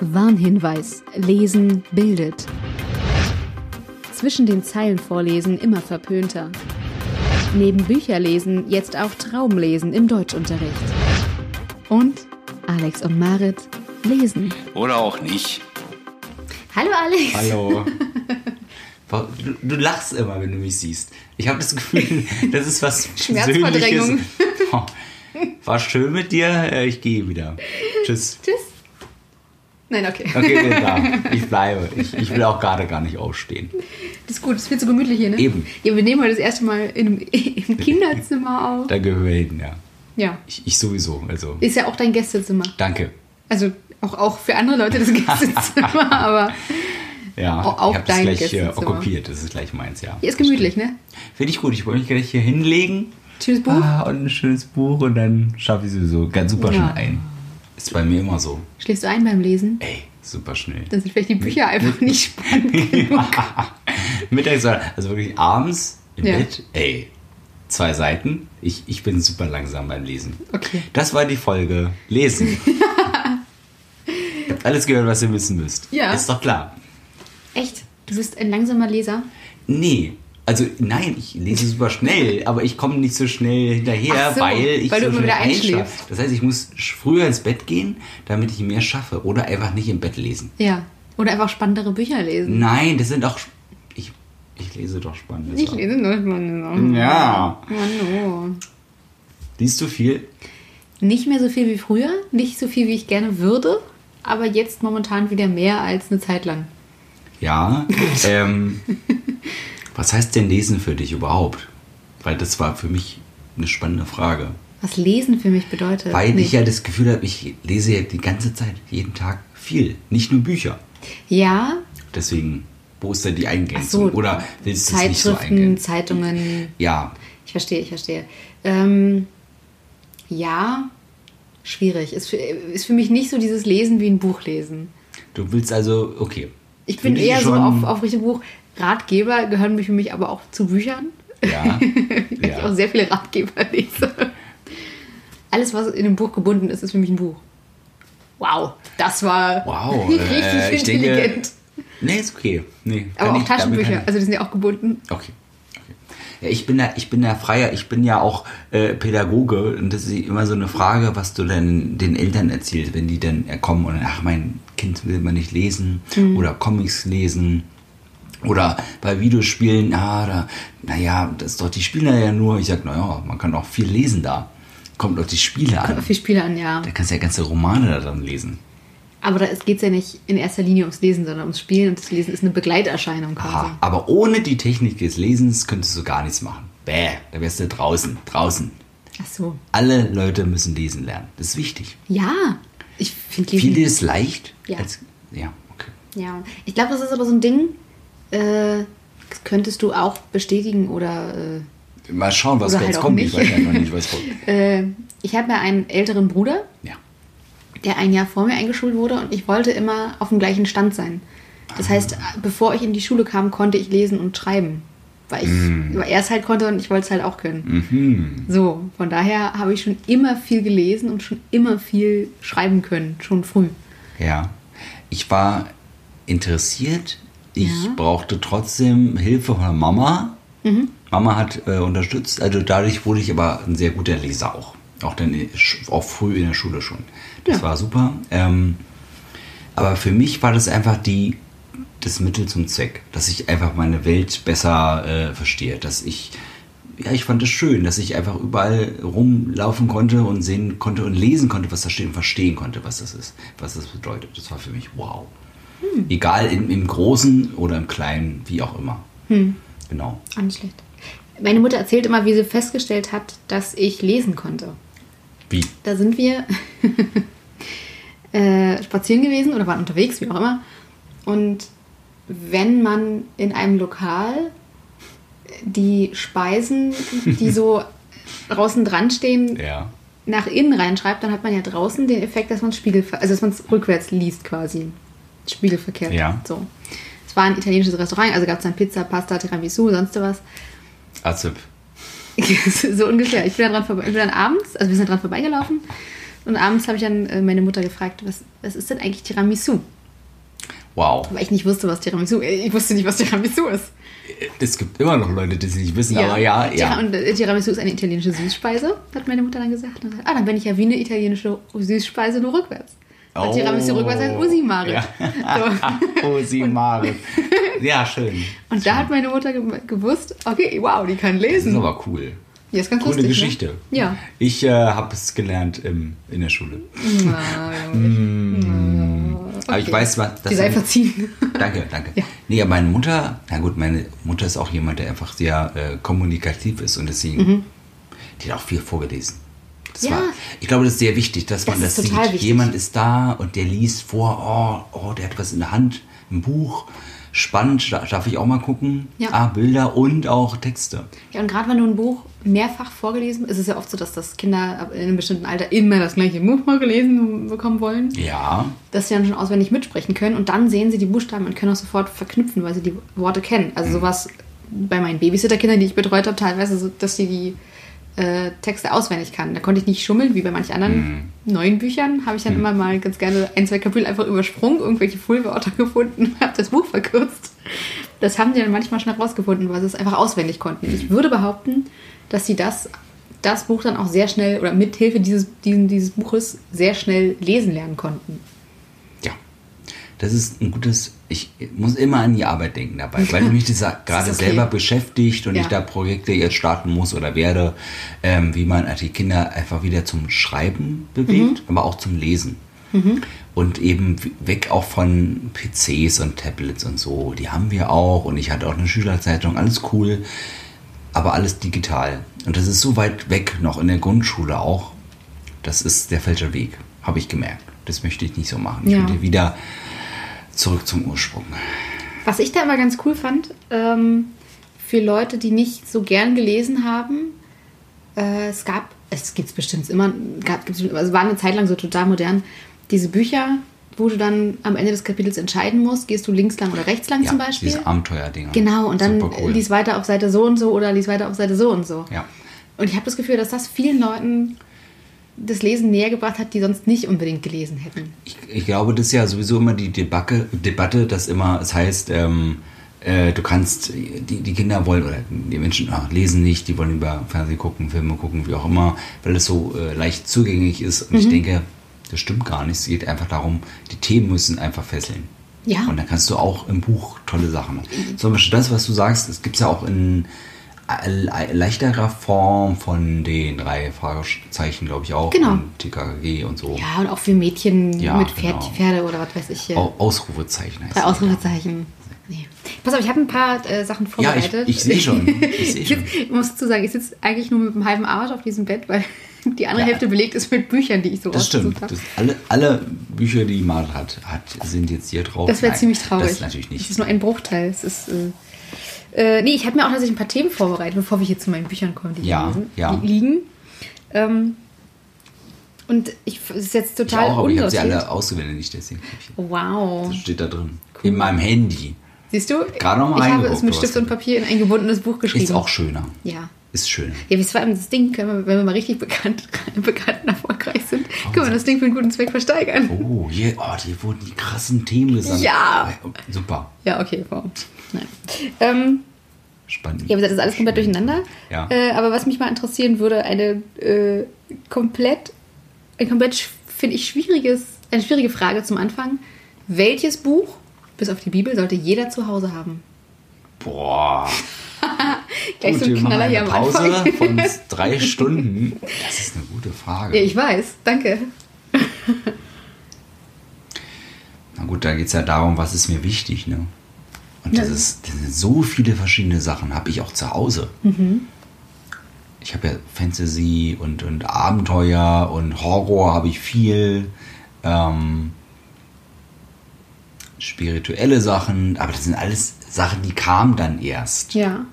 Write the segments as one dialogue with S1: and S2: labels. S1: Warnhinweis. Lesen bildet. Zwischen den Zeilen vorlesen immer verpönter. Neben Bücherlesen jetzt auch Traumlesen im Deutschunterricht. Und Alex und Marit lesen.
S2: Oder auch nicht.
S1: Hallo Alex.
S2: Hallo. Du, du lachst immer, wenn du mich siehst. Ich habe das Gefühl, das ist was
S1: Schmerzverdrängung.
S2: Persönliches. Oh, War schön mit dir. Äh, Ich gehe wieder. Tschüss.
S1: Tschüss. Nein, okay.
S2: Okay, da. Ich bleibe. Ich, ich will auch gerade gar nicht aufstehen.
S1: Das ist gut, das wird so gemütlich hier, ne?
S2: Eben.
S1: Ja, wir nehmen heute das erste Mal in einem, im Kinderzimmer auf.
S2: Da gehöre ich hin, ja.
S1: Ja.
S2: Ich, ich sowieso. Also,
S1: Ist ja auch dein Gästezimmer.
S2: danke.
S1: Also auch, auch für andere Leute das Gästezimmer, aber
S2: Ja,
S1: Auch- auch
S2: ich habe das
S1: dein
S2: gleich äh,
S1: Gästezimmer.
S2: okkupiert. Das ist gleich meins, ja.
S1: hier ist gemütlich, ne?
S2: Finde ich gut. Ich wollte mich gleich hier hinlegen.
S1: Schönes Buch.
S2: Ah, und ein schönes Buch und dann schaffe ich sowieso ganz super schnell
S1: Ja.
S2: ein. Ist bei mir immer so.
S1: Schläfst du ein beim Lesen?
S2: Ey, super schnell.
S1: Dann sind vielleicht die Bücher einfach nicht spannend.
S2: Mittags, also wirklich abends im
S1: Ja.
S2: Bett, ey, zwei Seiten. Ich, ich bin super langsam beim Lesen.
S1: Okay.
S2: Das war die Folge. Lesen. Ihr habt alles gehört, was ihr wissen müsst.
S1: Ja.
S2: Ist doch klar.
S1: Echt? Du bist ein langsamer Leser?
S2: Nee. Also nein, ich lese super schnell, aber ich komme nicht so schnell hinterher,
S1: Ach so,
S2: weil ich
S1: weil
S2: so
S1: du immer
S2: schnell
S1: wieder einschläfst.
S2: einschlafe. Das heißt, ich muss sch- früher ins Bett gehen, damit ich mehr schaffe oder einfach nicht im Bett lesen.
S1: Ja. Oder einfach spannendere Bücher lesen.
S2: Nein, das sind auch sp- ich, ich lese doch spannende
S1: Ich
S2: Sachen.
S1: lese nur spannende
S2: Ja.
S1: Mann, oh.
S2: Liest du viel?
S1: Nicht mehr so viel wie früher, nicht so viel, wie ich gerne würde, aber jetzt momentan wieder mehr als eine Zeit lang.
S2: Ja. ähm, was heißt denn Lesen für dich überhaupt? Weil das war für mich eine spannende Frage.
S1: Was Lesen für mich bedeutet.
S2: Weil
S1: Nee.
S2: ich ja das Gefühl habe, ich lese ja die ganze Zeit, jeden Tag viel. Nicht nur Bücher.
S1: ja,
S2: Deswegen, wo ist da die Eingrenzung?
S1: so,
S2: Oder willst du es nicht so
S1: Zeitschriften,
S2: eingrenzen?
S1: Zeitungen,
S2: Ja,
S1: Ich verstehe, ich verstehe. Ähm, ja, schwierig. Ist für, ist für mich nicht so dieses Lesen wie ein Buch lesen.
S2: du willst also, okay.
S1: Ich bin
S2: Finde
S1: eher so
S2: schon-
S1: auf, auf Richtung Buch. Ratgeber gehören für mich aber auch zu Büchern.
S2: Ja,
S1: Weil ich auch
S2: ja.
S1: sehr viele Ratgeber lese. Alles, was in einem Buch gebunden ist, ist für mich ein Buch. Wow, das war
S2: Wow.
S1: richtig
S2: äh, ich denke-
S1: intelligent.
S2: Nee, ist okay. Nee,
S1: aber
S2: kann
S1: auch
S2: ich- damit kann
S1: Taschenbücher,
S2: ich-
S1: also die sind ja auch gebunden.
S2: Okay. okay. Ja, ich bin da, ich bin da freier, ich bin ja auch äh, Pädagoge und das ist immer so eine Frage, was du dann den Eltern erzählst, wenn die dann kommen und ach, mein Kind will man nicht lesen oder Comics lesen. Oder bei Videospielen, ah, da, naja, das ist doch die Spieler ja nur. Ich sag, naja, man kann auch viel lesen da. Kommt auf die Spiele an.
S1: Für Spiele an, ja.
S2: Da kannst du ja ganze Romane da dran lesen.
S1: Aber da geht es ja nicht in erster Linie ums Lesen, sondern ums Spielen. Und das Lesen ist eine Begleiterscheinung quasi.
S2: Aha. Ah, Aber ohne die Technik des Lesens könntest du gar nichts machen. Bäh, da wärst du draußen, draußen.
S1: Ach so.
S2: Alle Leute müssen lesen lernen. Das ist wichtig.
S1: Ja, ich finde Lesen.
S2: Viele ist leicht.
S1: Ja.
S2: Als, ja, okay.
S1: Ja, ich glaube, das ist aber so ein Ding, äh, das könntest du auch bestätigen oder.
S2: Mal schauen, was
S1: Oder
S2: jetzt
S1: halt auch
S2: kommt.
S1: nicht.
S2: Ich weiß ja noch nicht, was kommt.
S1: Äh, äh, ich habe ja einen älteren Bruder,
S2: Ja.
S1: der ein Jahr vor mir eingeschult wurde und ich wollte immer auf dem gleichen Stand sein. Das heißt, äh, bevor ich in die Schule kam, konnte ich lesen und schreiben. Weil, ich, weil er es halt konnte und ich wollte es halt auch können. So, von daher habe ich schon immer viel gelesen und schon immer viel schreiben können, schon früh.
S2: ja. Ich war interessiert. Ich
S1: Ja. Mhm.
S2: brauchte trotzdem Hilfe von der Mama. Mama hat äh, unterstützt. Also dadurch wurde ich aber ein sehr guter Leser auch. Auch, dann, in- sch- auch früh in der Schule schon. Das
S1: Ja.
S2: war super. Ähm, aber für mich war das einfach die, das Mittel zum Zweck, dass ich einfach meine Welt besser äh, verstehe, dass ich, ja, ich fand es schön, dass ich einfach überall rumlaufen konnte und sehen konnte und lesen konnte, was da steht und verstehen konnte, was das ist, was das bedeutet. Das war für mich wow. Egal im, im Großen oder im Kleinen, wie auch immer. Genau.
S1: Auch nicht schlecht. Meine Mutter erzählt immer, wie sie festgestellt hat, dass ich lesen konnte.
S2: Wie?
S1: Da sind wir äh, spazieren gewesen oder waren unterwegs, wie auch immer. Und wenn man in einem Lokal die Speisen, die so draußen dran stehen,
S2: Ja.
S1: nach innen reinschreibt, dann hat man ja draußen den Effekt, dass man Spiegel, also dass man es rückwärts liest quasi. Spiegelverkehrt.
S2: Ja.
S1: So. Es war ein italienisches Restaurant, also gab es dann Pizza, Pasta, Tiramisu, sonst was.
S2: Azip.
S1: so ungefähr. Ich bin dann, dran vorbei, ich bin dann abends, also wir sind dran vorbeigelaufen Und abends habe ich dann äh, meine Mutter gefragt, was, was ist denn eigentlich Tiramisu?
S2: Wow.
S1: Weil ich nicht wusste, was Tiramisu äh, Ich wusste nicht, was Tiramisu ist.
S2: Es gibt immer noch Leute, die es nicht wissen, aber ja, ja.
S1: Und äh, Tiramisu ist eine italienische Süßspeise, hat meine Mutter dann gesagt. Und dann, ah, dann bin ich ja wie eine italienische Süßspeise, nur rückwärts. Und Tiramisu rückwärts heißt Usimare.
S2: Oh, Ja.
S1: So.
S2: Usimare. Oh, Ja, schön.
S1: Und da hat meine Mutter ge gewusst, okay, wow, die kann
S2: Das ist
S1: lesen.
S2: aber cool.
S1: Ja, ist ganz
S2: Coole
S1: lustig,
S2: Geschichte.
S1: Ne? Ja.
S2: Ich äh, habe es gelernt im, in der Schule. Mm. Aber ich
S1: Okay.
S2: weiß, was
S1: Die sei verziehen.
S2: Danke, danke.
S1: Ja.
S2: Nee, aber meine Mutter, na gut, meine Mutter ist auch jemand, der einfach sehr äh, kommunikativ ist und deswegen, die hat auch viel vorgelesen. Das
S1: Mhm. Ja.
S2: war, ich glaube, das ist sehr wichtig, dass man
S1: Das
S2: das
S1: ist total
S2: sieht.
S1: wichtig.
S2: Jemand ist da und der liest vor, oh, oh, der hat was in der Hand, ein Buch. Spannend, da- darf ich auch mal gucken?
S1: Ja.
S2: Ah, Bilder und auch Texte.
S1: Ja, und gerade wenn du ein Buch mehrfach vorgelesen, ist es ja oft so, dass das Kinder ab- in einem bestimmten Alter immer das gleiche Buch vorgelesen bekommen wollen,
S2: Ja,
S1: dass sie dann schon auswendig mitsprechen können und dann sehen sie die Buchstaben und können auch sofort verknüpfen, weil sie die Worte kennen. Also sowas bei meinen Babysitterkindern, die ich betreut habe, teilweise so, dass sie die äh, Texte auswendig kann. Da konnte ich nicht schummeln, wie bei manch anderen neuen Büchern. Habe ich dann immer mal ganz gerne ein, zwei Kapitel einfach übersprungen, irgendwelche Füllwörter gefunden, habe das Buch verkürzt. Das haben die dann manchmal schnell rausgefunden, weil sie es einfach auswendig konnten. Ich würde behaupten, dass sie das, das Buch dann auch sehr schnell oder mit Hilfe dieses, diesen, dieses Buches sehr schnell lesen lernen konnten.
S2: ja. Das ist ein gutes. Ich muss immer an die Arbeit denken dabei, weil mich das gerade
S1: okay.
S2: selber beschäftigt und
S1: Ja.
S2: ich da Projekte jetzt starten muss oder werde, ähm, wie man die Kinder einfach wieder zum Schreiben bewegt,
S1: Mhm.
S2: aber auch zum Lesen. Und eben weg auch von PCs und Tablets und so. Die haben wir auch und ich hatte auch eine Schülerzeitung, alles cool, aber alles digital. Und das ist so weit weg, noch in der Grundschule auch. Das ist der falsche Weg, habe ich gemerkt. Das möchte ich nicht so machen. Ich
S1: Ja.
S2: möchte wieder zurück zum Ursprung.
S1: Was ich da immer ganz cool fand, ähm, für Leute, die nicht so gern gelesen haben, äh, es gab, es gibt es bestimmt immer, gab, gibt's, bestimmt immer, es war eine Zeit lang so total modern, diese Bücher, wo du dann am Ende des Kapitels entscheiden musst, gehst du links lang oder rechts lang zum Beispiel.
S2: Diese Abenteuerdinger.
S1: Genau, und dann
S2: Super cool.
S1: lies weiter auf Seite so und so oder lies weiter auf Seite so und so.
S2: Ja.
S1: Und ich habe das Gefühl, dass das vielen Leuten das Lesen näher gebracht hat, die sonst nicht unbedingt gelesen hätten.
S2: Ich, ich glaube, das ist ja sowieso immer die Debacke, Debatte, dass immer es heißt, ähm, äh, du kannst, die, die Kinder wollen oder die Menschen ach, lesen nicht, die wollen über Fernsehen gucken, Filme gucken, wie auch immer, weil es so äh, leicht zugänglich ist. Und
S1: Mhm.
S2: ich denke, das stimmt gar nicht. Es geht einfach darum, die Themen müssen einfach fesseln.
S1: Ja.
S2: Und dann kannst du auch im Buch tolle Sachen machen. Zum Beispiel das, was du sagst, es gibt es ja auch in le- leichterer Form von den drei Fragezeichen, glaube ich, auch.
S1: Genau.
S2: Und TKG und so.
S1: Ja, und auch für Mädchen
S2: Ja,
S1: mit Pferd,
S2: genau.
S1: Pferde oder was weiß ich. hier.
S2: Au- Ausrufezeichen heißt
S1: Drei
S2: es.
S1: Äh, Ausrufezeichen. Nee. Pass auf, ich habe ein paar äh, Sachen
S2: Ja, ich,
S1: vorbereitet.
S2: ich sehe schon. Ich sehe
S1: Ich,
S2: schon.
S1: sitz, ich muss dazu sagen, ich sitze eigentlich nur mit einem halben Arsch auf diesem Bett, weil die andere
S2: Ja.
S1: Hälfte belegt ist mit Büchern, die ich so
S2: Das
S1: ausgesucht
S2: stimmt.
S1: habe.
S2: Das, alle, alle Bücher, die Mart hat, hat, sind jetzt hier drauf.
S1: Das wäre
S2: Nein,
S1: ziemlich traurig.
S2: Das natürlich
S1: Das
S2: nicht.
S1: ist nur ein Bruchteil. Es ist, äh, äh, nee, ich habe mir auch tatsächlich ein paar Themen vorbereitet, bevor wir hier zu meinen Büchern kommen, die hier
S2: Ja,
S1: lesen-
S2: ja.
S1: li- liegen. Ähm, und ich, es ist jetzt
S2: Ich
S1: total
S2: auch, aber ich habe sie
S1: unsortiert.
S2: alle ausgewählt, nicht deswegen.
S1: Wow.
S2: Das steht da drin. In meinem Handy.
S1: Siehst du,
S2: Gerade noch mal
S1: ich habe
S2: reingeguckt,
S1: es mit
S2: du
S1: Stift
S2: hast-
S1: und Papier in ein gebundenes Buch geschrieben.
S2: Ist auch schöner.
S1: Ja.
S2: Ist schöner.
S1: Ja, wie es vor allem das Ding, können wir, wenn wir mal richtig bekannt, bekannt und erfolgreich sind, können wir das Ding für einen guten Zweck versteigern.
S2: Oh, hier, oh, hier wurden die krassen Themen gesammelt. Oh,
S1: Ja.
S2: Super.
S1: Ja, okay, wow. Nein. Ähm,
S2: Spannend.
S1: ja, wie gesagt, das ist alles komplett durcheinander.
S2: Ja.
S1: Äh, aber was mich mal interessieren würde, eine äh, komplett, ein komplett, finde ich, schwieriges, eine schwierige Frage zum Anfang. Welches Buch, bis auf die Bibel, sollte jeder zu Hause haben?
S2: Boah.
S1: Gleich
S2: Gut,
S1: so
S2: wir
S1: ein
S2: machen
S1: Knaller hier
S2: eine
S1: am
S2: Pause
S1: Anfang.
S2: von drei Stunden. Das ist eine gute Frage.
S1: Ja, ich weiß, danke.
S2: Na gut, da geht es ja darum, was ist mir wichtig, ne? Und das
S1: Ja.
S2: ist, das sind so viele verschiedene Sachen, habe ich auch zu Hause.
S1: Mhm.
S2: Ich habe ja Fantasy und, und Abenteuer und Horror habe ich viel. Ähm, spirituelle Sachen, aber das sind alles Sachen, die kamen dann erst.
S1: Ja.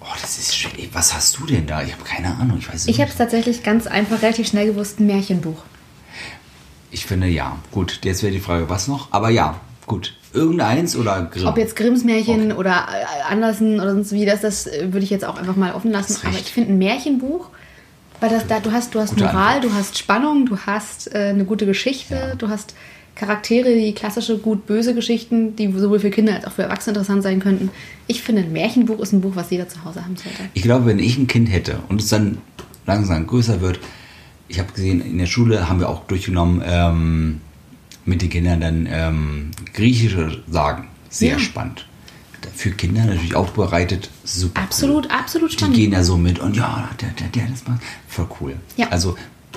S2: Oh, das ist schwer. Was hast du denn da? Ich habe keine Ahnung. Ich weiß es
S1: Ich habe
S2: nicht.
S1: es tatsächlich ganz einfach, relativ schnell gewusst, ein Märchenbuch.
S2: Ich finde ja. Gut, jetzt wäre die Frage, was noch? Aber ja, gut. Irgendeins oder Grimm?
S1: Ob jetzt Grimms Märchen oder äh, Andersen oder sonst wie, das, das äh, würde ich jetzt auch einfach mal offen lassen.
S2: Hast
S1: Aber
S2: recht.
S1: ich finde ein Märchenbuch Weil das, da, du hast, du hast
S2: Gute
S1: Moral,
S2: Antwort.
S1: du hast Spannung, du hast äh, eine gute Geschichte,
S2: Ja.
S1: du hast Charaktere, die klassische gut-böse Geschichten, die sowohl für Kinder als auch für Erwachsene interessant sein könnten. Ich finde, ein Märchenbuch ist ein Buch, was jeder zu Hause haben sollte.
S2: Ich glaube, wenn ich ein Kind hätte und es dann langsam größer wird, ich habe gesehen, in der Schule haben wir auch durchgenommen, ähm, mit den Kindern dann ähm, griechische Sagen. Sehr
S1: Ja.
S2: spannend. Für Kinder natürlich aufbereitet, super.
S1: Absolut, absolut
S2: Cool. Die
S1: spannend.
S2: gehen da so mit und ja, der, der, der, das macht. Voll cool.
S1: Ja.
S2: Also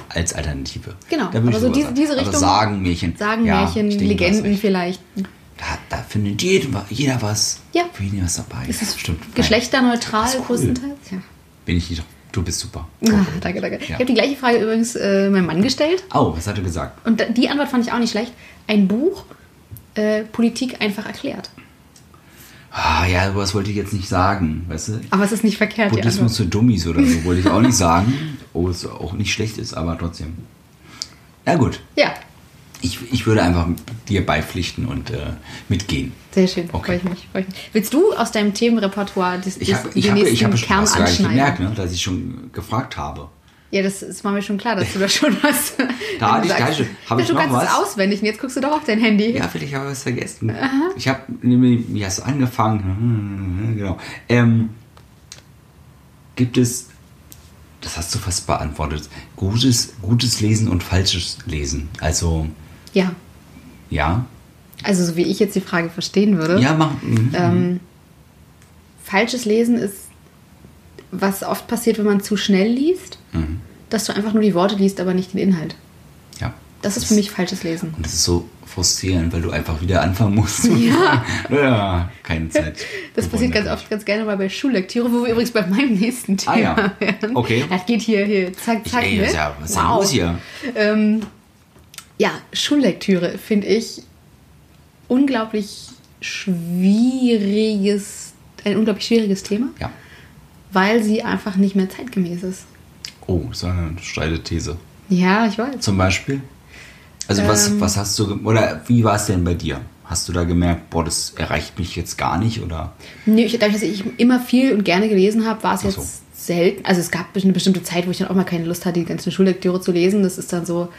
S2: als Alternative.
S1: Genau,
S2: Da würde ich
S1: aber so
S2: sowas
S1: diese-
S2: sagen.
S1: diese
S2: Aber
S1: Richtung-
S2: Sagen, Märchen.
S1: Sagen
S2: Ja,
S1: Märchen,
S2: ich denke, du hast
S1: Legenden
S2: recht.
S1: vielleicht.
S2: Da, da findet jeder, jeder was.
S1: Ja.
S2: Für jeden was dabei.
S1: Ist das
S2: Stimmt. Nein.
S1: geschlechterneutral
S2: Das ist cool.
S1: größtenteils? Ja.
S2: Bin ich nicht. Du bist super.
S1: Ah, danke, danke. Ich
S2: Ja.
S1: habe die gleiche Frage übrigens äh, meinem Mann gestellt
S2: Oh, was hat er gesagt?
S1: und da- die Antwort fand ich auch nicht schlecht. Ein Buch, äh, Politik einfach erklärt.
S2: Ah, ja, sowas wollte ich jetzt nicht sagen, weißt du?
S1: Aber es ist nicht verkehrt, die
S2: Buddhismus
S1: Antwort.
S2: für Dummies oder so wollte ich auch nicht sagen. Oh, es auch nicht schlecht ist, aber trotzdem. Na gut,
S1: Ja,
S2: ich, ich würde einfach dir beipflichten und äh, mitgehen.
S1: sehr schön. Freue
S2: Okay.
S1: ich mich. Freue ich mich. Willst du aus deinem Themenrepertoire das,
S2: Ich habe
S1: das-
S2: ich
S1: den
S2: hab,
S1: nächsten
S2: ich hab schon
S1: Kern
S2: was gar nicht
S1: anschneiden?
S2: gemerkt, ne, dass ich schon gefragt habe.
S1: Ja, das ist war mir schon klar, dass du da schon was.
S2: Da hatte ich-
S1: sagst.
S2: da hatte ich- hab
S1: Ja,
S2: ich
S1: du
S2: noch
S1: kannst es
S2: was?
S1: auswendig und jetzt guckst du doch auf dein Handy.
S2: Ja, vielleicht habe ich was vergessen. Ich habe nämlich, wie hast du angefangen? Hm, Genau. Ähm, gibt es, das hast du fast beantwortet, gutes, gutes Lesen und falsches Lesen? Also,
S1: ja.
S2: ja.
S1: Also, so wie ich jetzt die Frage verstehen würde.
S2: Ja, mach. mhm.
S1: Ähm, falsches Lesen ist, was oft passiert, wenn man zu schnell liest,
S2: Mhm.
S1: dass du einfach nur die Worte liest, aber nicht den Inhalt.
S2: Ja.
S1: Das ist für mich falsches Lesen.
S2: Und das ist so frustrierend, weil du einfach wieder anfangen musst.
S1: Ja.
S2: ja keine Zeit. Oh,
S1: Das passiert ganz
S2: Bewundert.
S1: oft ganz gerne mal bei Schullektüre, wo wir übrigens bei meinem nächsten Thema
S2: Ah, ja.
S1: wären.
S2: Okay.
S1: Das geht hier, hier, zack,
S2: Ich,
S1: zack.
S2: ey,
S1: ne?
S2: das ist ja, was ist denn los hier?
S1: Ähm, ja, Schullektüre finde ich unglaublich schwieriges, ein unglaublich schwieriges Thema,
S2: Ja.
S1: weil sie einfach nicht mehr zeitgemäß ist.
S2: Oh, das war eine steile These.
S1: Ja, ich weiß.
S2: Zum Beispiel? Also was,
S1: Ähm.
S2: was hast du, ge- oder wie war es denn bei dir? Hast du da gemerkt, boah, das erreicht mich jetzt gar nicht? Oder
S1: Nee, ich, dadurch, dass ich immer viel und gerne gelesen habe, war es
S2: Ach so.
S1: jetzt selten. Also es gab eine bestimmte Zeit, wo ich dann auch mal keine Lust hatte, die ganze Schullektüre zu lesen. Das ist dann so,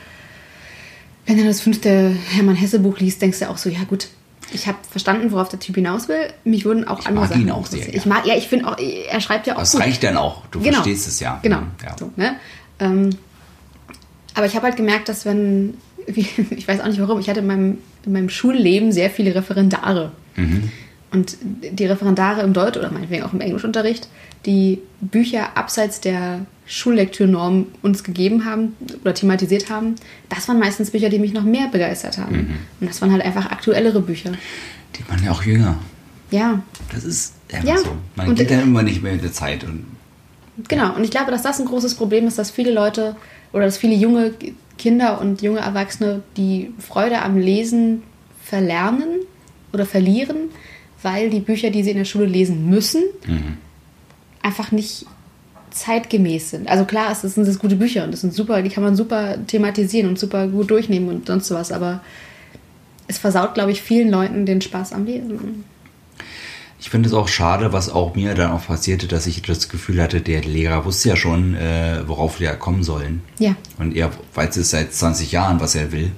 S1: wenn du das fünfte Hermann Hesse Buch liest, denkst du auch so, ja gut, ich habe verstanden, worauf der Typ hinaus will. Mich würden auch
S2: Ich
S1: andere
S2: mag
S1: Sachen
S2: ihn auch
S1: interessieren.
S2: sehr,
S1: Ich mag, ja, ich finde auch, er schreibt ja auch
S2: das
S1: gut.
S2: reicht dann auch, du verstehst es ja. Mhm,
S1: Genau.
S2: Ja.
S1: So, ne? ähm, aber ich habe halt gemerkt, dass wenn, wie, ich weiß auch nicht warum, ich hatte in meinem, in meinem Schulleben sehr viele Referendare.
S2: Mhm.
S1: Und die Referendare im Deutsch oder meinetwegen auch im Englischunterricht, die Bücher abseits der Schullektürnorm uns gegeben haben oder thematisiert haben, das waren meistens Bücher, die mich noch mehr begeistert haben.
S2: Mhm.
S1: Und das waren halt einfach aktuellere Bücher.
S2: Die waren ja auch jünger.
S1: Ja,
S2: Das ist einfach
S1: Ja.
S2: so. Man
S1: Und-
S2: geht dann immer nicht mehr mit der Zeit. Und
S1: Genau, und ich glaube, dass das ein großes Problem ist, dass viele Leute oder dass viele junge G- Kinder und junge Erwachsene die Freude am Lesen verlernen oder verlieren, weil die Bücher, die sie in der Schule lesen müssen,
S2: Mhm.
S1: einfach nicht zeitgemäß sind. Also klar, es sind es gute Bücher und das sind super, die kann man super thematisieren und super gut durchnehmen und sonst was, aber es versaut, glaube ich, vielen Leuten den Spaß am Lesen.
S2: ich finde es auch schade, was auch mir dann auch passierte, dass ich das Gefühl hatte, der Lehrer wusste ja schon, äh, worauf wir kommen sollen.
S1: Ja.
S2: Und er weiß es seit 20 Jahren, was er will.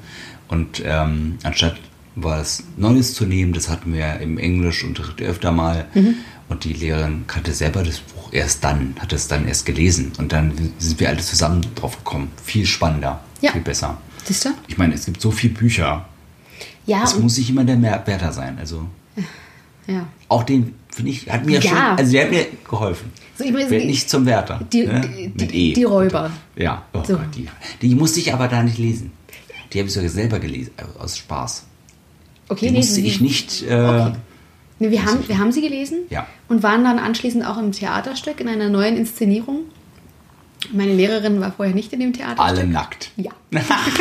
S2: Und ähm, anstatt was Neues zu nehmen, das hatten wir im Englischunterricht öfter mal.
S1: Mhm.
S2: Und die Lehrerin kannte selber das Buch erst dann, hat es dann erst gelesen. Und dann sind wir alle zusammen drauf gekommen. Viel spannender,
S1: Ja.
S2: viel besser.
S1: Siehst du?
S2: Ich meine, es gibt so viele Bücher.
S1: Ja,
S2: Es
S1: und,
S2: muss nicht immer der Mehrwerter sein. Also
S1: ja.
S2: auch den, finde ich, hat mir
S1: Ja.
S2: schon, also der hat mir geholfen.
S1: So, ich meine,
S2: Wer nicht zum Wärter.
S1: die-
S2: ne?
S1: die-
S2: Mit
S1: die-
S2: e.
S1: die Räuber.
S2: Ja, oh
S1: So.
S2: Gott, die, die musste ich aber da nicht lesen. Die habe ich sogar selber gelesen, äh, aus Spaß.
S1: okay,
S2: Die
S1: nee,
S2: musste
S1: sie-
S2: ich nicht. Äh,
S1: Nee, wir, haben, wir haben sie gelesen
S2: Ja.
S1: und waren dann anschließend auch im Theaterstück in einer neuen Inszenierung. Meine Lehrerin war vorher nicht in dem Theaterstück.
S2: Alle nackt.
S1: Ja.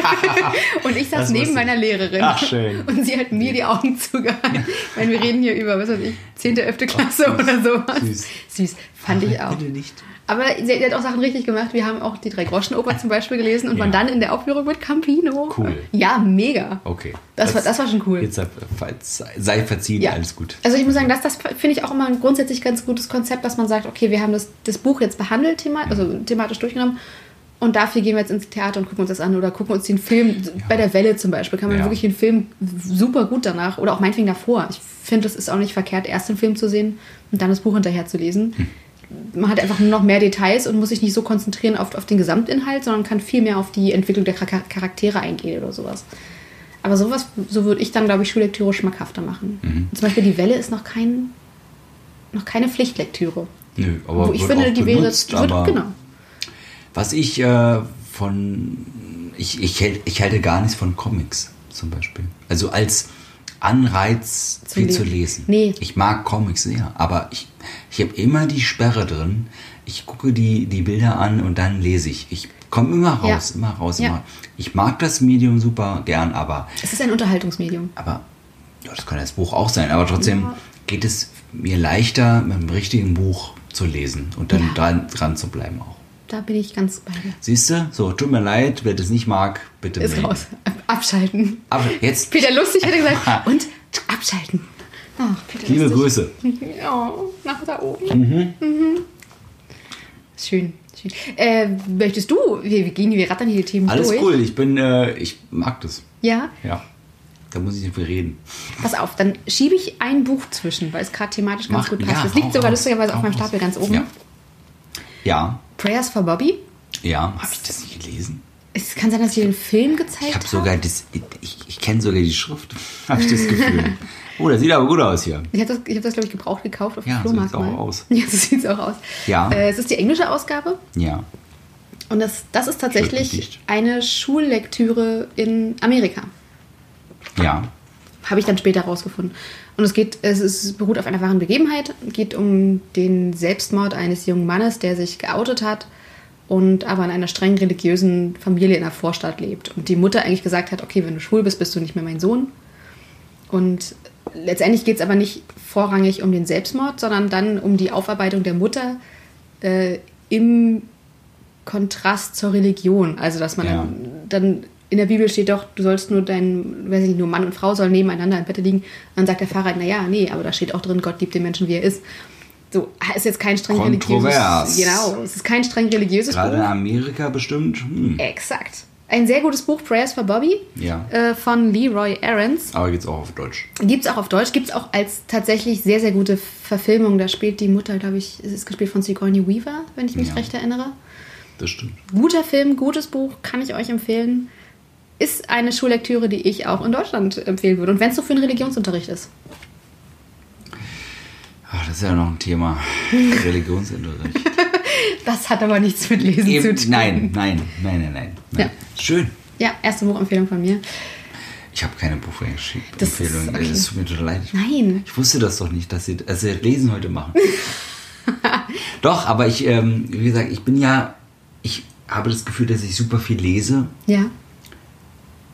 S1: und ich saß
S2: Das
S1: neben
S2: wusste ich.
S1: meiner Lehrerin.
S2: Ach, schön.
S1: Und sie hat mir die Augen zugehalten. Ich meine, wir reden hier über, was weiß ich, 10., 11. Klasse
S2: süß.
S1: oder sowas.
S2: Süß.
S1: Süß. Fand ich auch.
S2: Bitte nicht.
S1: Aber sie, sie hat auch Sachen richtig gemacht. Wir haben auch die Drei-Groschen-Oper zum Beispiel gelesen und
S2: Ja.
S1: waren dann in der Aufführung mit Campino.
S2: Cool.
S1: Ja, mega.
S2: Okay.
S1: Das, war, das war schon cool.
S2: Jetzt sei, sei- sei verziehen, alles gut.
S1: Also ich muss sagen, das, das finde ich auch immer ein grundsätzlich ganz gutes Konzept, dass man sagt, okay, wir haben das, das Buch jetzt behandelt, thema, also thematisch durchgenommen und dafür gehen wir jetzt ins Theater und gucken uns das an oder gucken uns den Film, bei der Welle zum Beispiel, kann man
S2: Ja.
S1: wirklich den Film super gut danach oder auch meinetwegen davor. Ich finde, es ist auch nicht verkehrt, erst den Film zu sehen und dann das Buch hinterher zu lesen.
S2: Hm.
S1: Man hat einfach nur noch mehr Details und muss sich nicht so konzentrieren auf, auf den Gesamtinhalt, sondern kann viel mehr auf die Entwicklung der Char- Charaktere eingehen oder sowas. Aber sowas, so würde ich dann, glaube ich, Schullektüre schmackhafter machen.
S2: Mhm.
S1: Und zum Beispiel die Welle ist noch kein, noch keine Pflichtlektüre.
S2: Nö, aber
S1: wo ich
S2: wird
S1: finde,
S2: auch
S1: die
S2: genutzt,
S1: wäre.
S2: aber
S1: Wird, genau.
S2: Was ich äh, von. Ich, ich, hält- ich halte gar nichts von Comics zum Beispiel. Also als Anreiz,
S1: Zu
S2: viel
S1: lesen.
S2: zu lesen.
S1: Nee.
S2: Ich mag Comics sehr, aber ich, ich habe immer die Sperre drin. Ich gucke die, die Bilder an und dann lese ich. Ich komme immer
S1: Ja.
S2: raus, immer raus,
S1: Ja.
S2: immer. Ich mag das Medium super gern, aber
S1: Es ist ein Unterhaltungsmedium.
S2: aber ja, das kann das Buch auch sein. Aber trotzdem
S1: Ja.
S2: geht es mir leichter, mit einem richtigen Buch zu lesen und dann
S1: Ja.
S2: dran, dran zu bleiben auch.
S1: Da bin ich ganz bei dir.
S2: Siehst du? So, tut mir leid, wer das nicht mag, bitte
S1: Ist
S2: melden.
S1: raus. Abschalten.
S2: Aber jetzt,
S1: Peter Lustig hätte gesagt, und abschalten. Ach, Peter
S2: liebe
S1: Lustig.
S2: Grüße.
S1: Oh, nach da oben. Mhm. Schön. schön. Äh, möchtest du? Wir, wir gehen, wir rattern hier die Themen
S2: Alles
S1: durch.
S2: cool, ich bin, äh, ich mag das.
S1: Ja,
S2: Ja. Da muss ich nicht viel reden.
S1: pass auf, dann schiebe ich ein Buch zwischen, weil es gerade thematisch ganz
S2: Mach-
S1: gut passt.
S2: ja,
S1: das liegt
S2: hau
S1: sogar
S2: raus,
S1: lustigerweise
S2: hau
S1: auf meinem
S2: raus.
S1: Stapel ganz oben.
S2: Ja. Ja,
S1: Prayers for Bobby.
S2: ja. Habe ich das nicht gelesen?
S1: Es kann sein, dass ich dir den Film gezeigt
S2: Ich habe
S1: habe.
S2: sogar das, ich, ich kenne sogar die Schrift, habe ich das Gefühl. Oh, das sieht aber gut aus hier.
S1: Ich habe das, ich hab das glaube ich, gebraucht gekauft auf dem
S2: Ja, so
S1: Flohmarkt.
S2: sieht's auch
S1: mal.
S2: aus.
S1: Ja, so sieht es auch aus.
S2: Ja.
S1: Äh, es ist die englische Ausgabe
S2: Ja.
S1: und das, das ist
S2: Schön
S1: tatsächlich
S2: dicht.
S1: eine Schullektüre in Amerika.
S2: Ja.
S1: Habe ich dann später rausgefunden. Und es geht, es ist, beruht auf einer wahren Begebenheit, geht um den Selbstmord eines jungen Mannes, der sich geoutet hat und aber in einer streng religiösen Familie in der Vorstadt lebt. Und die Mutter eigentlich gesagt hat, okay, wenn du schwul bist, bist du nicht mehr mein Sohn. Und letztendlich geht es aber nicht vorrangig um den Selbstmord, sondern dann um die Aufarbeitung der Mutter äh, im Kontrast zur Religion. Also, dass man
S2: Ja.
S1: dann, dann in der Bibel steht doch, du sollst nur dein, weiß ich nicht, nur Mann und Frau sollen nebeneinander im Bett liegen. Und dann sagt der Pfarrer, naja, nee, aber da steht auch drin, Gott liebt den Menschen, wie er ist. So, ist jetzt kein streng
S2: Kontrovers.
S1: religiöses. Genau, es ist kein streng religiöses
S2: Gerade in
S1: Buch.
S2: Amerika bestimmt. Hm.
S1: Exakt. Ein sehr gutes Buch, Prayers for Bobby,
S2: Ja.
S1: äh, von Leroy Ahrens.
S2: Aber geht's auch auf Deutsch.
S1: Gibt es auch auf Deutsch, gibt es auch als tatsächlich sehr, sehr gute Verfilmung. Da spielt die Mutter, glaube ich, es ist gespielt von Sigourney Weaver, wenn ich mich
S2: Ja.
S1: recht erinnere.
S2: Das stimmt.
S1: Guter Film, gutes Buch, kann ich euch empfehlen. Ist eine Schullektüre, die ich auch in Deutschland empfehlen würde. Und wenn es so für den Religionsunterricht ist.
S2: Ach, Ah, das ist ja noch ein Thema. Religionsunterricht.
S1: Das hat aber nichts mit Lesen
S2: Eben, ne.
S1: zu tun.
S2: nein, nein, nein, nein, nein. nein. Schön.
S1: Ja, erste Buchempfehlung von mir.
S2: Ich habe keine Buchempfehlung.
S1: Das ist
S2: Empfehlung. äh,
S1: okay.
S2: Es tut mir total leid.
S1: Nein.
S2: Ich wusste das doch nicht, dass sie dass sie Lesen heute machen. doch, aber ich, ähm, wie gesagt, ich bin ja, ich habe das Gefühl, dass ich super viel lese,
S1: Ja.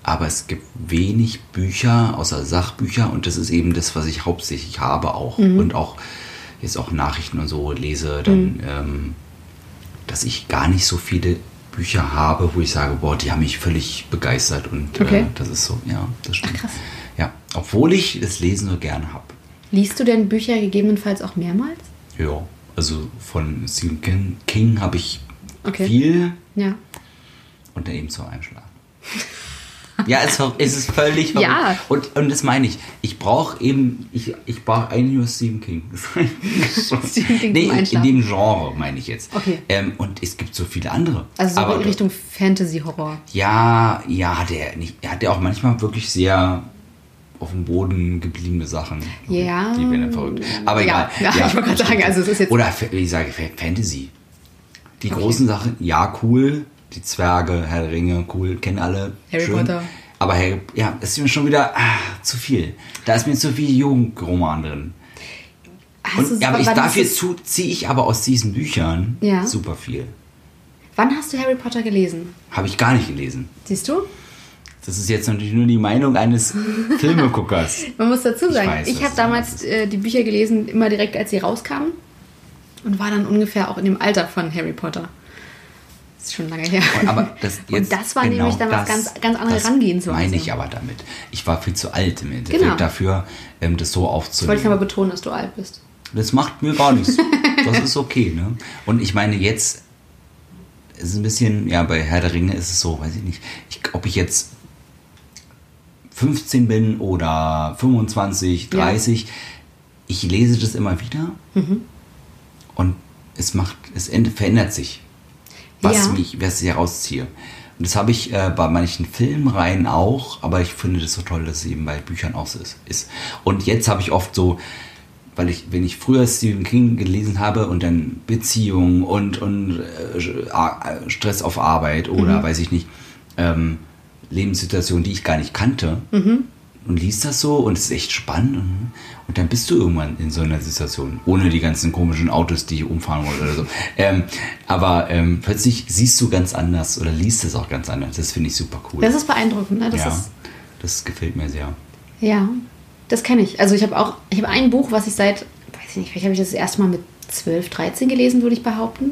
S2: aber es gibt wenig Bücher, außer Sachbücher und das ist eben das, was ich hauptsächlich habe auch.
S1: Mhm.
S2: Und auch jetzt auch Nachrichten und so lese, dann, ähm, dass ich gar nicht so viele Bücher habe, wo ich sage, boah, die haben mich völlig begeistert und äh,
S1: Okay.
S2: das ist so, ja, das stimmt.
S1: krass.
S2: Ja, obwohl ich das Lesen so gerne habe.
S1: Liest du denn Bücher gegebenenfalls auch mehrmals?
S2: Ja, also von Stephen King, King habe ich
S1: Okay.
S2: viel
S1: Ja.
S2: und dann eben zum Einschlafen. ja, es, ver- es ist völlig verrückt.
S1: Ja.
S2: Und, und das meine ich. Ich brauche eben, ich, ich brauche eigentlich nur Stephen King.
S1: Stephen King
S2: nee,
S1: zum
S2: in, in
S1: Einschlafen.
S2: dem Genre meine ich jetzt.
S1: Okay.
S2: Ähm, und es gibt so viele andere.
S1: Also so
S2: Aber-
S1: in Richtung Fantasy-Horror.
S2: Ja, ja, hat er nicht. Er hat ja auch manchmal wirklich sehr auf dem Boden gebliebene Sachen.
S1: Ja.
S2: Die werden dann verrückt. Aber
S1: Ja,
S2: egal.
S1: ja, ich wollte gerade
S2: stimmt.
S1: sagen, also es ist jetzt-
S2: Oder fa- ich sage fa- Fantasy. Die
S1: Okay.
S2: großen Sachen, ja, cool. Die Zwerge, Herr der Ringe, cool, kennen alle.
S1: Harry Potter.
S2: Aber Harry, ja, es ist mir schon wieder ah, zu viel. Da ist mir zu viel Jugendroman drin.
S1: Hast
S2: Und,
S1: du-
S2: ja, aber ich,
S1: wann hast du-
S2: dafür zu- ziehe ich aber aus diesen Büchern
S1: Ja.
S2: super viel.
S1: Wann hast du Harry Potter gelesen?
S2: Habe ich gar nicht gelesen.
S1: Siehst du?
S2: Das ist jetzt natürlich nur die Meinung eines Filmeguckers.
S1: Man muss dazu sagen,
S2: weiß,
S1: ich,
S2: was
S1: habe
S2: du
S1: damals äh, die Bücher gelesen, immer direkt als sie rauskamen. Und war dann ungefähr auch in dem Alter von Harry Potter. Das ist schon lange her.
S2: Aber das, jetzt genau
S1: Und das war nämlich dann was ganz, ganz andere
S2: das
S1: Herangehensweise.
S2: meine ich aber damit. Ich war viel zu alt im Endeffekt
S1: Genau.
S2: dafür, ähm, das so
S1: Das wollte ich nochmal
S2: aufzunehmen.
S1: betonen, dass du alt bist.
S2: Das macht mir gar nichts. Das ist okay. Ne? Und ich meine, jetzt es ist ein bisschen, ja, bei Herr der Ringe ist es so, weiß ich nicht, ich, ob ich jetzt 15 bin oder 25, 30, ich lese das immer wieder und es macht, es end- verändert sich, was
S1: Ja.
S2: mich, was ich herausziehe. Und das habe ich äh, bei manchen Filmreihen auch, aber ich finde das so toll, dass es eben bei Büchern auch so ist. ist. Und jetzt habe ich oft so, weil ich, wenn ich früher Stephen King gelesen habe und dann Beziehungen und, und äh, A- Stress auf Arbeit oder weiß ich nicht, ähm, Lebenssituationen, die ich gar nicht kannte, und liest das so und es ist echt spannend. Und, und dann bist du irgendwann in so einer Situation, ohne die ganzen komischen Autos, die umfahren wollen oder so. Ähm, aber ähm, plötzlich siehst du ganz anders oder liest es auch ganz anders. Das finde ich super cool.
S1: Das ist beeindruckend, ne? Das
S2: ja,
S1: ist,
S2: das gefällt mir sehr.
S1: ja, das kenne ich. Also ich habe auch, ich habe ein Buch, was ich seit, weiß ich nicht, vielleicht habe ich das, das erste Mal mit 12, 13 gelesen, würde ich behaupten.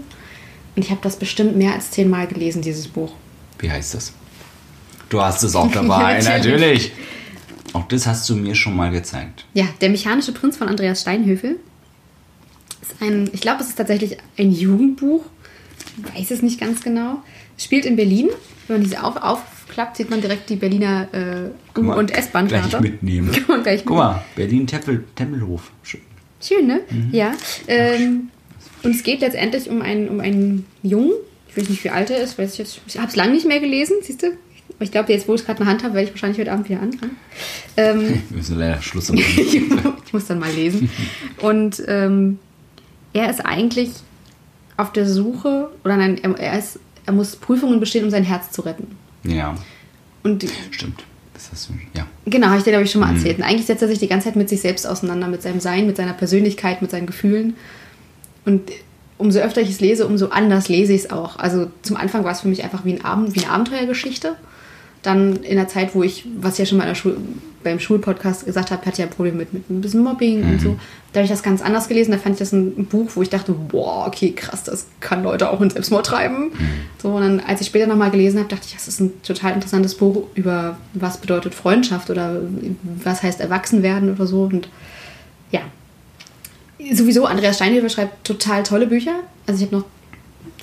S1: Und ich habe das bestimmt mehr als zehnmal gelesen, dieses Buch.
S2: Wie heißt das? Du hast es auch dabei,
S1: Ja,
S2: natürlich. Auch das hast du mir schon mal gezeigt.
S1: Ja, der mechanische Prinz von Andreas Steinhöfel. Ist ein, ich glaube, es ist tatsächlich ein Jugendbuch. Ich weiß es nicht ganz genau. Es Spielt in Berlin. Wenn man diese auf, aufklappt, sieht man direkt die Berliner äh,
S2: Guck
S1: U-
S2: mal,
S1: und S-Bahn-Karte.
S2: Gleich mitnehmen.
S1: Kann man gleich
S2: Guck mal, Berlin-Tempelhof. Schön.
S1: Schön, ne?
S2: Mhm.
S1: Ja. Ähm, und es geht letztendlich um einen, um einen Jungen. Ich weiß nicht, wie alt er ist. Weiß ich jetzt. Ich habe es lange nicht mehr gelesen, siehst du? Ich glaube, jetzt, wo ich es gerade in der Hand habe, werde ich wahrscheinlich heute Abend wieder anfangen. Ähm,
S2: Wir müssen leider Schluss machen.
S1: ich muss dann mal lesen. Und ähm, er ist eigentlich auf der Suche, oder nein, er, er, ist, er muss Prüfungen bestehen, um sein Herz zu retten.
S2: ja,
S1: Und
S2: stimmt. Das hast du, ja.
S1: genau, habe ich dir, glaube ich, schon mal erzählt. Und eigentlich setzt er sich die ganze Zeit mit sich selbst auseinander, mit seinem Sein, mit seiner Persönlichkeit, mit seinen Gefühlen. Und umso öfter ich es lese, umso anders lese ich es auch. Also zum Anfang war es für mich einfach wie, ein Abend, wie eine Abenteuergeschichte. Dann in der Zeit, wo ich, was ich ja schon mal in der Schul beim Schulpodcast gesagt habe, hatte ja ein Problem mit, mit ein bisschen Mobbing und so. Da habe ich das ganz anders gelesen. Da fand ich das ein Buch, wo ich dachte, boah, okay, krass, das kann Leute auch in Selbstmord treiben. So, und dann, als ich später nochmal gelesen habe, dachte ich, das ist ein total interessantes Buch über, was bedeutet Freundschaft oder was heißt Erwachsenwerden oder so. Und ja, sowieso, Andreas Steinhöfer schreibt total tolle Bücher. Also ich habe noch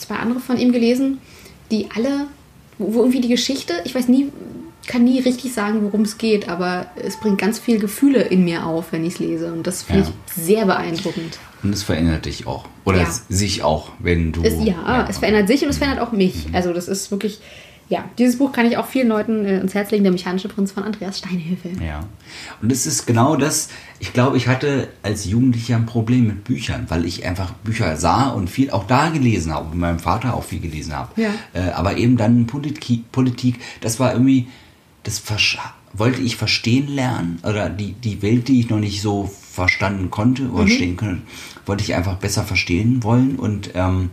S1: zwei andere von ihm gelesen, die alle, wo wo irgendwie die Geschichte, ich weiß nie, kann nie richtig sagen, worum es geht, aber es bringt ganz viel Gefühle in mir auf, wenn ich es lese. Und das finde
S2: Ja. Oh,
S1: ich sehr beeindruckend.
S2: Und es verändert dich auch. Oder
S1: Ja.
S2: sich auch, wenn du.
S1: Es, ja, es verändert sich und es verändert auch mich. Also das ist wirklich, ja, dieses Buch kann ich auch vielen Leuten äh, ans Herz legen, der mechanische Prinz von Andreas Steinhöfel.
S2: Ja. Und es ist genau das, ich glaube, ich hatte als Jugendlicher ein Problem mit Büchern, weil ich einfach Bücher sah und viel auch da gelesen habe, mit meinem Vater auch viel gelesen habe.
S1: Ja.
S2: Äh, aber eben dann Politiki Politik, das war irgendwie, das versch- wollte ich verstehen lernen oder die, die Welt, die ich noch nicht so verstanden konnte oder
S1: Mhm.
S2: verstehen konnte, wollte ich einfach besser verstehen wollen und ähm,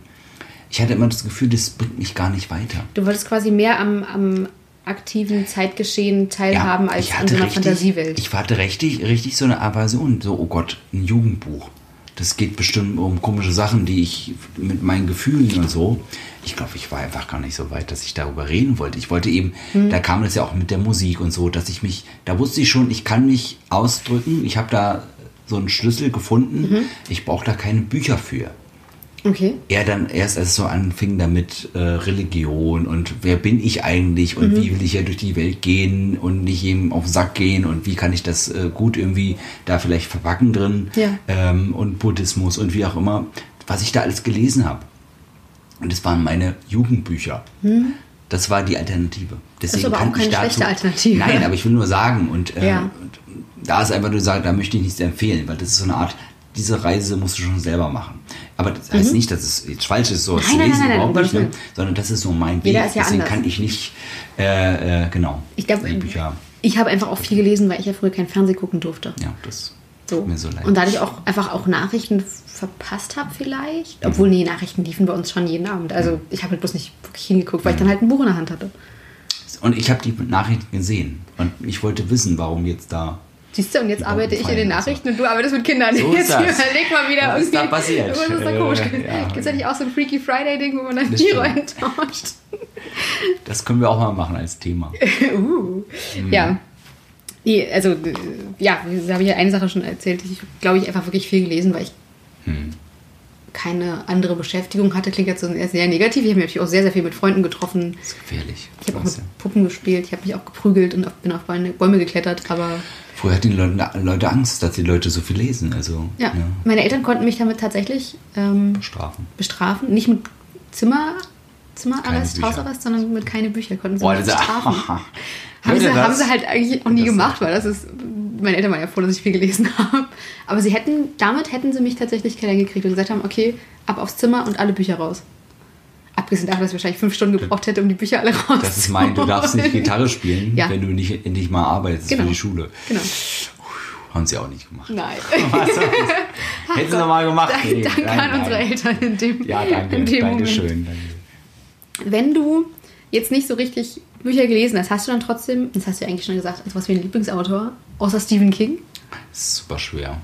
S2: ich hatte immer das Gefühl, das bringt mich gar nicht weiter.
S1: Du wolltest quasi mehr am, am aktiven Zeitgeschehen teilhaben als an so einer Fantasiewelt.
S2: Ich hatte richtig, richtig so eine Aversion. So, oh Gott, ein Jugendbuch. Das geht bestimmt um komische Sachen, die ich mit meinen Gefühlen und so. Ich glaube, ich war einfach gar nicht so weit, dass ich darüber reden wollte. Ich wollte eben,
S1: Hm.
S2: da kam das ja auch mit der Musik und so, dass ich mich, da wusste ich schon, ich kann mich ausdrücken. Ich habe da so einen Schlüssel gefunden.
S1: Mhm.
S2: Ich brauche da keine Bücher für
S1: okay.
S2: er dann erst als es so anfing damit äh, Religion und wer bin ich eigentlich
S1: Mhm.
S2: und wie will ich ja durch die Welt gehen und nicht jedem auf den Sack gehen und wie kann ich das äh, gut irgendwie da vielleicht verpacken drin
S1: Ja.
S2: ähm, und Buddhismus und wie auch immer, was ich da alles gelesen habe. Und das waren meine Jugendbücher. Das war die Alternative. Deswegen
S1: Hm? aber
S2: kann
S1: auch keine
S2: ich dazu,
S1: schlechte Alternative.
S2: Nein, aber ich will nur sagen und, äh,
S1: Ja.
S2: und da ist einfach nur gesagt, da möchte ich nichts empfehlen, weil das ist so eine Art, diese Reise musst du schon selber machen. Aber das heißt nicht, dass es jetzt falsch ist, sowas
S1: Mhm. Nein,
S2: zu
S1: nein,
S2: lesen,
S1: nein, nein,
S2: überhaupt
S1: um
S2: nicht, ne?
S1: Gottes
S2: sondern das ist so mein
S1: Jeder
S2: Weg.
S1: ist ja
S2: Deswegen
S1: anders.
S2: kann ich nicht, äh, äh, genau,
S1: Ich ähm, glaube,
S2: die Bücher,
S1: ich habe einfach auch viel gelesen, weil ich ja früher kein Fernsehen gucken durfte.
S2: ja, das
S1: So.
S2: tut mir so leid.
S1: Und dadurch auch einfach auch Nachrichten verpasst habe
S2: Mhm.
S1: vielleicht. Obwohl, nee, Nachrichten liefen bei uns schon jeden Abend. Also ich habe halt bloß nicht wirklich hingeguckt, weil
S2: Mhm.
S1: ich dann halt ein Buch in der Hand hatte.
S2: und ich habe die Nachrichten gesehen und ich wollte wissen, warum jetzt da
S1: Siehst du, und jetzt
S2: Die
S1: arbeite
S2: Bomben
S1: ich in den
S2: fallen und so.
S1: Nachrichten und du arbeitest mit Kindern.
S2: So ist
S1: jetzt
S2: das.
S1: überleg mal wieder
S2: Was ist da
S1: irgendwie-
S2: passiert?
S1: Was ist da
S2: Äh,
S1: komisch?
S2: ja.
S1: Gibt es ja nicht auch so ein Freaky Friday-Ding, wo man dann
S2: Das
S1: Tiere
S2: stimmt.
S1: enttauscht?
S2: Das können wir auch mal machen als Thema.
S1: uh. Ja. Nee, also, äh,
S2: Hm.
S1: ja, da habe ich ja eine Sache schon erzählt. Ich glaube, ich habe einfach wirklich viel gelesen, weil ich keine andere Beschäftigung hatte, klingt jetzt so sehr negativ. Ich habe mich natürlich auch sehr, sehr viel mit Freunden getroffen.
S2: Das ist gefährlich.
S1: Ich habe auch
S2: Weißt
S1: mit
S2: du.
S1: Puppen gespielt, ich habe mich auch geprügelt und auf, bin auf Bäume, Bäume geklettert, aber
S2: Früher hatten die Leute, Leute Angst, dass die Leute so viel lesen. Also,
S1: ja, meine Eltern konnten mich damit tatsächlich ähm,
S2: Strafen.
S1: bestrafen. Nicht mit Zimmer, Zimmerarrest,
S2: Bücher.
S1: Hausarrest, sondern mit keine Bücher konnten sie
S2: Boah,
S1: mich
S2: das ist-
S1: bestrafen. haben,
S2: Hört
S1: sie,
S2: ihr das?
S1: haben sie halt eigentlich auch nie
S2: Das-
S1: gemacht, weil das ist. Meine Eltern waren ja froh, dass ich viel gelesen habe. Aber sie hätten, damit hätten sie mich tatsächlich kennen gekriegt und gesagt haben, okay, ab aufs Zimmer und alle Bücher raus. Abgesehen davon, dass ich wahrscheinlich fünf Stunden gebraucht hätte, um die Bücher alle rauszuholen.
S2: Das ist mein, du darfst nicht Gitarre spielen,
S1: Ja.
S2: wenn du nicht, nicht mal arbeitest
S1: Genau.
S2: für die Schule.
S1: Genau.
S2: Haben sie auch nicht gemacht.
S1: Nein.
S2: Hätten sie nochmal gemacht. Nee,
S1: danke
S2: nein,
S1: an
S2: nein.
S1: unsere Eltern in dem,
S2: Ja, danke.
S1: in dem
S2: danke
S1: Moment.
S2: schön. Danke.
S1: Wenn du jetzt nicht so richtig Bücher gelesen hast, hast du dann trotzdem, das hast du ja eigentlich schon gesagt, also was wie ein Lieblingsautor, außer Stephen King.
S2: Das ist super schwer.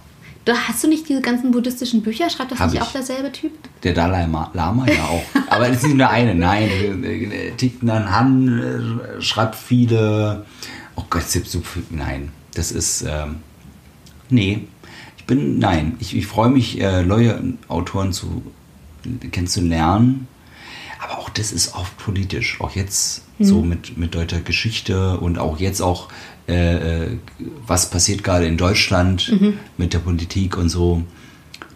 S1: Da hast du nicht diese ganzen buddhistischen Bücher? Schreibt das
S2: Hab
S1: nicht
S2: ich.
S1: auch derselbe Typ?
S2: Der Dalai Ma- Lama ja auch. Aber das ist nicht nur eine, nein. äh, äh, Thich Nhat Han äh, schreibt viele. Oh Gott, es gibt so viel. Nein, das ist. Ähm, nee, ich bin. Nein, ich, ich freue mich, äh, neue Autoren zu, kennenzulernen. Aber auch das ist oft politisch. Auch jetzt so mit, mit deutscher Geschichte und auch jetzt auch, äh, äh, was passiert gerade in Deutschland mit der Politik und so.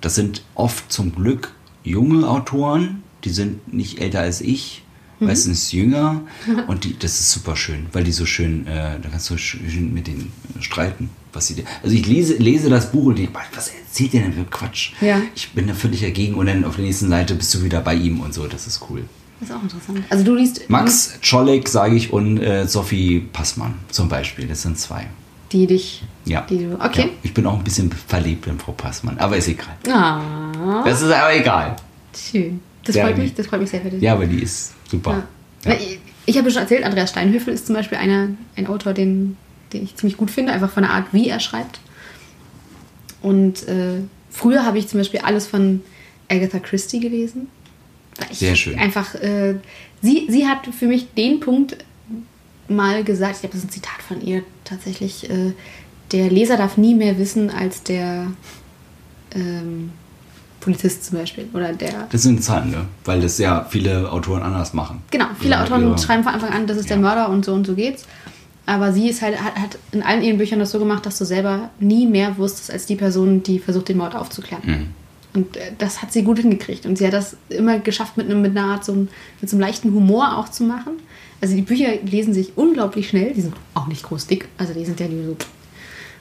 S2: Das sind oft zum Glück junge Autoren, die sind nicht älter als ich, meistens jünger. Und die, das ist super schön, weil die so schön, äh, da kannst du schön mit denen streiten. Was sie, also ich lese, lese das Buch und denke, was erzählt der denn für Quatsch?
S1: Ja.
S2: Ich bin da völlig dagegen und dann auf der nächsten Seite bist du wieder bei ihm und so, das ist cool.
S1: Das ist auch interessant. Also du liest
S2: Max Czolek, sage ich, und äh, Sophie Passmann zum Beispiel, das sind zwei.
S1: die dich.
S2: Ja.
S1: Die du,
S2: Ja.
S1: okay.
S2: Ich bin auch ein bisschen verliebt in Frau Passmann, aber ist egal.
S1: Ah,
S2: Das ist aber egal.
S1: schön. Das
S2: Ja,
S1: freut
S2: die-
S1: mich, das freut mich sehr für dich.
S2: Ja, aber die ist
S1: Ja.
S2: super. Ja.
S1: Na, ich- Ich habe schon erzählt, Andreas Steinhöfel ist zum Beispiel einer, ein Autor, den, den ich ziemlich gut finde, einfach von der Art, wie er schreibt. Und äh, früher habe ich zum Beispiel alles von Agatha Christie gelesen. Weil ich
S2: Sehr schön.
S1: Einfach, äh, sie, sie hat für mich den Punkt mal gesagt, ich glaube, das ist ein Zitat von ihr tatsächlich, äh, der Leser darf nie mehr wissen als der ähm, Polizist zum Beispiel oder der
S2: Das ist interessant, ne? Weil das ja viele Autoren anders machen.
S1: Genau, viele
S2: Ihre-
S1: Autoren
S2: ihre-
S1: schreiben von Anfang an, das ist
S2: Ja.
S1: der Mörder und so und so geht's. Aber sie ist halt, hat, hat in allen ihren Büchern das so gemacht, dass du selber nie mehr wusstest als die Person, die versucht, den Mord aufzuklären.
S2: Mhm.
S1: Und äh, das hat sie gut hingekriegt. Und sie hat das immer geschafft, mit, einem, mit einer Art so, einem- mit so einem leichten Humor auch zu machen. Also die Bücher lesen sich unglaublich schnell. Die sind auch nicht groß dick. Also die sind ja nur so,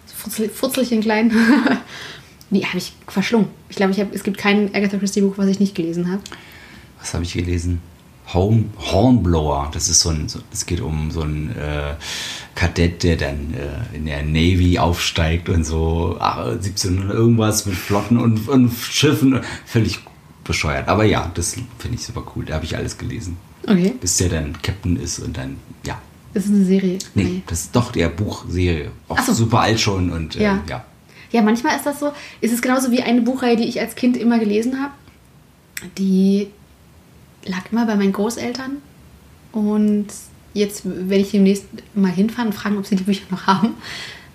S1: so furzelig- furzelchen klein. die habe ich verschlungen. Ich glaube, ich hab, es gibt kein Agatha Christie-Buch, was ich nicht gelesen habe.
S2: Was habe ich gelesen? Home, Hornblower. Das ist so ein, so, es geht um so einen äh, Kadett, der dann äh, in der Navy aufsteigt und so ah, 1700 irgendwas mit Flotten und, und Schiffen. Völlig bescheuert. Aber ja, das finde ich super cool. Da habe ich alles gelesen.
S1: Okay.
S2: Bis der dann Captain ist und dann, ja.
S1: Das ist eine Serie.
S2: Nee, das ist doch der Buchserie. Auch
S1: Mhm. Ach so.
S2: super alt schon und äh,
S1: Ja.
S2: ja. ja.
S1: Ja, manchmal ist das so. Ist es genauso wie eine Buchreihe, die ich als Kind immer gelesen habe. Die lag immer bei meinen Großeltern. Und jetzt, wenn ich demnächst mal hinfahren und fragen, ob sie die Bücher noch haben,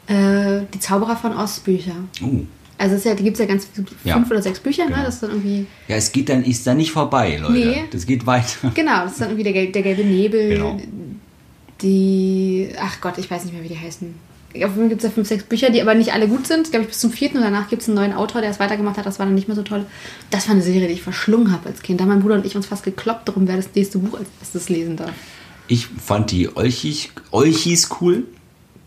S1: äh, die Zauberer von Oz Bücher.
S2: Uh.
S1: Also es ist ja, da gibt es ja ganz fünf
S2: Ja.
S1: oder sechs Bücher, ne?
S2: Genau.
S1: Das ist dann irgendwie.
S2: Ja, es geht dann, ist dann nicht vorbei, Leute.
S1: Nee.
S2: Das geht weiter.
S1: Genau, das ist dann irgendwie der, gel- der gelbe Nebel.
S2: Genau.
S1: Die. Ach Gott, ich weiß nicht mehr, wie die heißen. Auf jeden gibt es ja fünf, sechs Bücher, die aber nicht alle gut sind. Glaube ich, bis zum vierten und danach gibt es einen neuen Autor, der es weitergemacht hat. Das war dann nicht mehr so toll. Das war eine Serie, die ich verschlungen habe als Kind. Da haben mein Bruder und ich uns fast gekloppt darum, wer das nächste Buch als erstes lesen darf.
S2: Ich fand die Olchis, Olchis cool.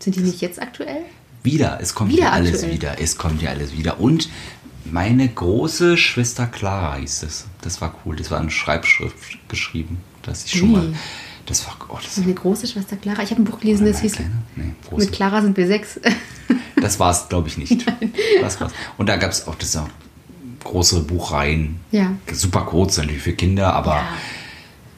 S1: Sind die nicht jetzt aktuell?
S2: Wieder, es kommt
S1: Wieder
S2: ja alles
S1: aktuell.
S2: wieder. Es kommt ja alles wieder. Und meine große Schwester Clara hieß es. Das war cool. Das war in Schreibschrift geschrieben, dass ich schon
S1: Ui.
S2: mal. Das war, oh, das war
S1: Meine große Schwester Clara. Ich habe ein Buch gelesen, das
S2: Nein,
S1: hieß
S2: kleine? Nee, große.
S1: Mit Clara sind wir sechs.
S2: Das war es, glaube ich, nicht. Das war's. Und da gab es auch diese große Buchreihen.
S1: Ja.
S2: Super kurz natürlich für Kinder, aber
S1: Ja.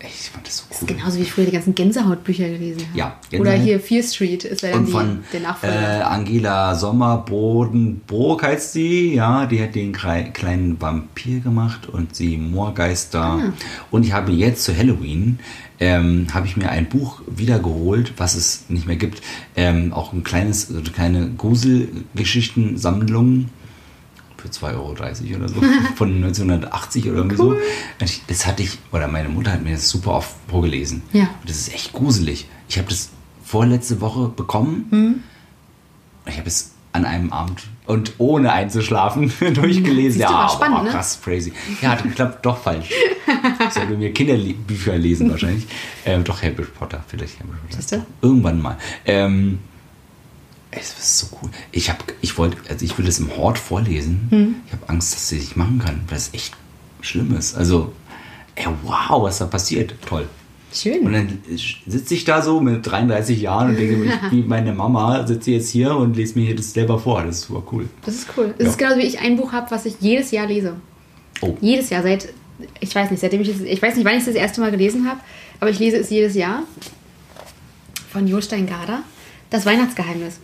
S2: ich fand das so
S1: Das
S2: cool.
S1: ist genau genauso wie ich früher die ganzen Gänsehautbücher gelesen habe.
S2: Ja,
S1: Oder
S2: Gänsehaut.
S1: hier Fear Street ist ja dann
S2: Und
S1: die,
S2: von
S1: der
S2: äh,
S1: Nachfolger.
S2: Angela Sommerbodenbrook heißt sie, ja, die hat den krei- kleinen Vampir gemacht und sie Moorgeister.
S1: Ah.
S2: Und ich habe jetzt zu Halloween, ähm, habe ich mir ein Buch wiedergeholt, was es nicht mehr gibt, ähm, auch ein kleines, also eine kleine Gruselgeschichtensammlung für 2,30 Euro oder so von 1980 oder irgendwie so. Und ich, das hatte ich, oder meine Mutter hat mir das super oft vorgelesen.
S1: Ja.
S2: Und das ist echt gruselig. Ich habe das vorletzte Woche bekommen.
S1: Mhm.
S2: Ich habe es an einem Abend und ohne einzuschlafen durchgelesen.
S1: Siehst du, war
S2: Ja,
S1: spannend,
S2: boah,
S1: ne?
S2: krass, crazy. Ja, hat geklappt, doch falsch. Ich sollte mir Kinderbücher lesen wahrscheinlich. Ähm, doch, Harry Potter, vielleicht Harry Potter.
S1: Siehst du?
S2: Irgendwann mal. Ähm, es ist so cool. Ich habe, ich wollte, also ich will das im Hort vorlesen.
S1: Hm.
S2: Ich habe Angst, dass ich es nicht machen kann, weil es echt schlimm ist. Also, ey, wow, was da passiert. Toll. äh,
S1: Schön.
S2: Und dann sitze ich da so mit 33 Jahren und denke mir, ich- wie meine Mama sitze jetzt hier und lese mir hier das selber vor. Das ist super cool.
S1: Das ist cool. Das
S2: Ja.
S1: ist genauso wie ich ein Buch habe, was ich jedes Jahr lese.
S2: Oh,
S1: Jedes Jahr, seit, ich weiß nicht, seitdem ich es, ich weiß nicht, wann ich es das erste Mal gelesen habe, aber ich lese es jedes Jahr von Jostein Garder, Das Weihnachtsgeheimnis.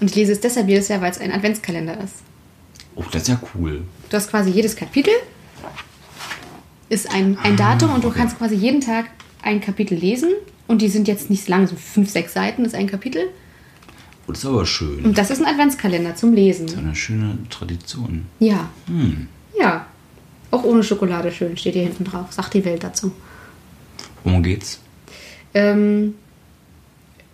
S1: Und ich lese es deshalb jedes Jahr, weil es ein Adventskalender ist.
S2: oh das ist ja cool.
S1: Du hast quasi jedes Kapitel, ist ein, ein Datum und du
S2: okay.
S1: kannst quasi jeden Tag ein Kapitel lesen. Und die sind jetzt nicht lang, so fünf, sechs Seiten ist ein Kapitel.
S2: Oh, das ist aber schön.
S1: Und das ist ein Adventskalender zum
S2: So
S1: Lesen.
S2: eine schöne Tradition.
S1: Ja.
S2: Hm.
S1: Ja. Auch ohne Schokolade schön, steht hier hinten drauf. Sagt die Welt dazu.
S2: Worum geht's?
S1: Ähm,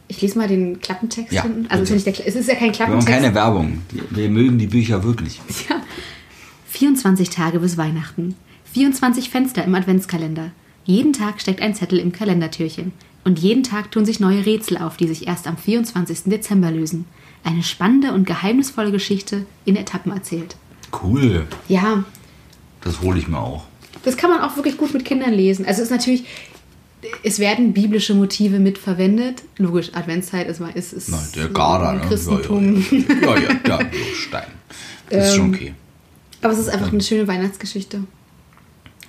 S1: ich lese mal den Klappentext
S2: Ja,
S1: hinten. Also es ist, nicht der, Kla- es ist ja kein
S2: Wir machen
S1: Klappentext.
S2: keine Werbung. Wir mögen die Bücher wirklich.
S1: 24 Tage bis Weihnachten. 24 Fenster im Adventskalender. Jeden Tag steckt ein Zettel im Kalendertürchen. Und jeden Tag tun sich neue Rätsel auf, die sich erst am 24. Dezember lösen. Eine spannende und geheimnisvolle Geschichte in Etappen erzählt.
S2: Cool.
S1: Ja,
S2: Das hole ich mir auch.
S1: das kann man auch wirklich gut mit Kindern lesen. Also es ist natürlich, es werden biblische Motive mitverwendet. Logisch, Adventszeit ist, ist, ist
S2: Na, der Garda,
S1: im
S2: ne?
S1: Christentum. Ähm,
S2: Ja, ja, ja, ja, ja, ja Stein. Das ist schon okay.
S1: Aber es ist einfach eine schöne Weihnachtsgeschichte.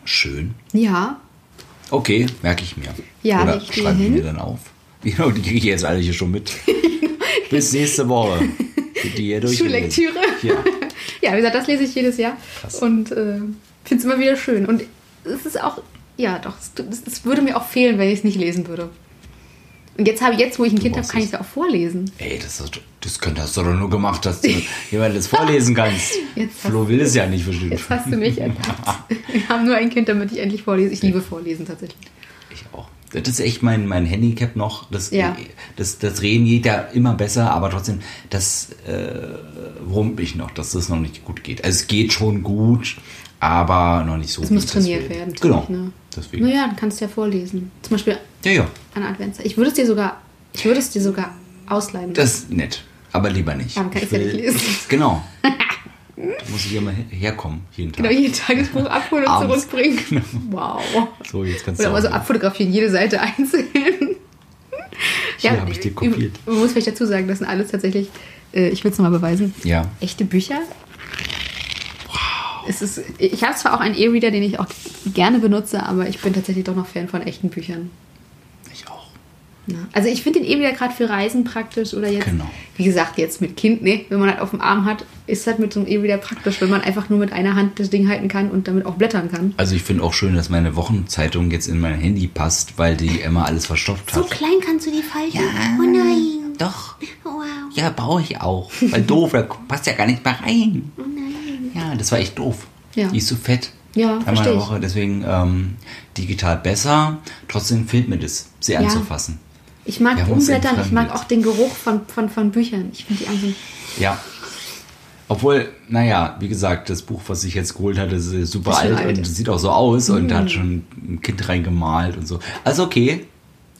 S2: Schön.
S1: Ja,
S2: Okay, merke ich mir.
S1: Ja,
S2: Oder
S1: leg ich dir
S2: schreibe ich
S1: hin.
S2: mir dann auf. Genau, die kriege ich jetzt alle hier schon mit. Bis nächste Woche. Geht Die hier durch.
S1: Schullektüre.
S2: Ja.
S1: Ja, wie gesagt, das lese ich jedes Jahr
S2: Krass.
S1: und äh, finde es immer wieder schön. Und es ist auch, ja doch, es, es, es würde mir auch fehlen, wenn ich es nicht lesen würde. Und jetzt habe jetzt, wo ich ein Kind habe,
S2: brauchst
S1: kann
S2: es.
S1: ich es auch vorlesen.
S2: Ey, das, hast du- das könnt, hast du doch nur gemacht, dass du jemand das vorlesen kannst.
S1: Jetzt hast
S2: Flo will es ja nicht bestimmt.
S1: Jetzt hast du mich erkannt. Wir haben nur ein Kind, damit ich endlich vorlese. Ich liebe Vorlesen tatsächlich.
S2: Ich auch. Das ist echt mein, mein Handicap noch. Das,
S1: Ja.
S2: das, das Reden geht ja immer besser, aber trotzdem, das äh, wurmt mich noch, dass das noch nicht gut geht. Also es geht schon gut, aber noch nicht so
S1: Es
S2: gut.
S1: muss trainiert
S2: deswegen.
S1: werden.
S2: Genau.
S1: Ne?
S2: Deswegen.
S1: Naja, dann kannst du ja vorlesen. Zum Beispiel
S2: Ja, ja.
S1: an Adventszeit. Ich würde es dir sogar, ich würde es dir sogar ausleihen.
S2: Das ist nett. Aber lieber nicht.
S1: Dann kann ich's
S2: Ich
S1: ja nicht lesen.
S2: Genau. da muss ich immer her- herkommen, jeden Tag.
S1: genau, jeden Tagesbuch abholen und
S2: Abends.
S1: zurückbringen. Wow.
S2: So, jetzt kannst
S1: Oder
S2: du.
S1: mal so
S2: auch-
S1: abfotografieren, jede Seite einzeln.
S2: Hier hab ich dir kopiert.
S1: Man muss vielleicht dazu sagen, das sind alles tatsächlich, äh, ich will es nochmal beweisen,
S2: Ja.
S1: echte Bücher. Es ist, ich habe zwar auch einen E-Reader, den ich auch gerne benutze, aber ich bin tatsächlich doch noch Fan von echten Büchern.
S2: Ich auch.
S1: Ja. Also ich finde den E-Reader gerade für Reisen praktisch oder jetzt,
S2: Genau.
S1: wie gesagt, jetzt mit Kind, ne, wenn man halt auf dem Arm hat, ist halt mit so einem E-Reader praktisch, wenn man einfach nur mit einer Hand das Ding halten kann und damit auch blättern kann.
S2: Also ich finde auch schön, dass meine Wochenzeitung jetzt in mein Handy passt, weil die Emma alles verstopft
S3: So
S2: hat.
S3: klein kannst du die falten? Oh nein. Oh,
S2: Doch.
S3: Wow.
S2: Ja, brauche ich auch. Weil doof, da passt ja gar nicht mehr rein.
S3: Oh nein.
S2: Ja, das war echt doof.
S1: Ja.
S2: Die ist so fett.
S1: Ja,
S2: Einmal in
S1: versteh
S2: der
S1: ich.
S2: Woche, deswegen ähm, digital besser. Trotzdem fehlt mir das, sie anzufassen.
S1: Ich mag
S2: Ja, muss
S1: umblättern, ich mag
S2: entfremdet.
S1: auch den Geruch von, von, von Büchern. Ich finde die einfach.
S2: Ja. Obwohl, naja, wie gesagt, das Buch, was ich jetzt geholt hatte, ist äh, super
S1: Ist schon
S2: alt,
S1: alt. Mhm.
S2: und sieht auch so aus und da hat schon ein Kind reingemalt und so. Also okay,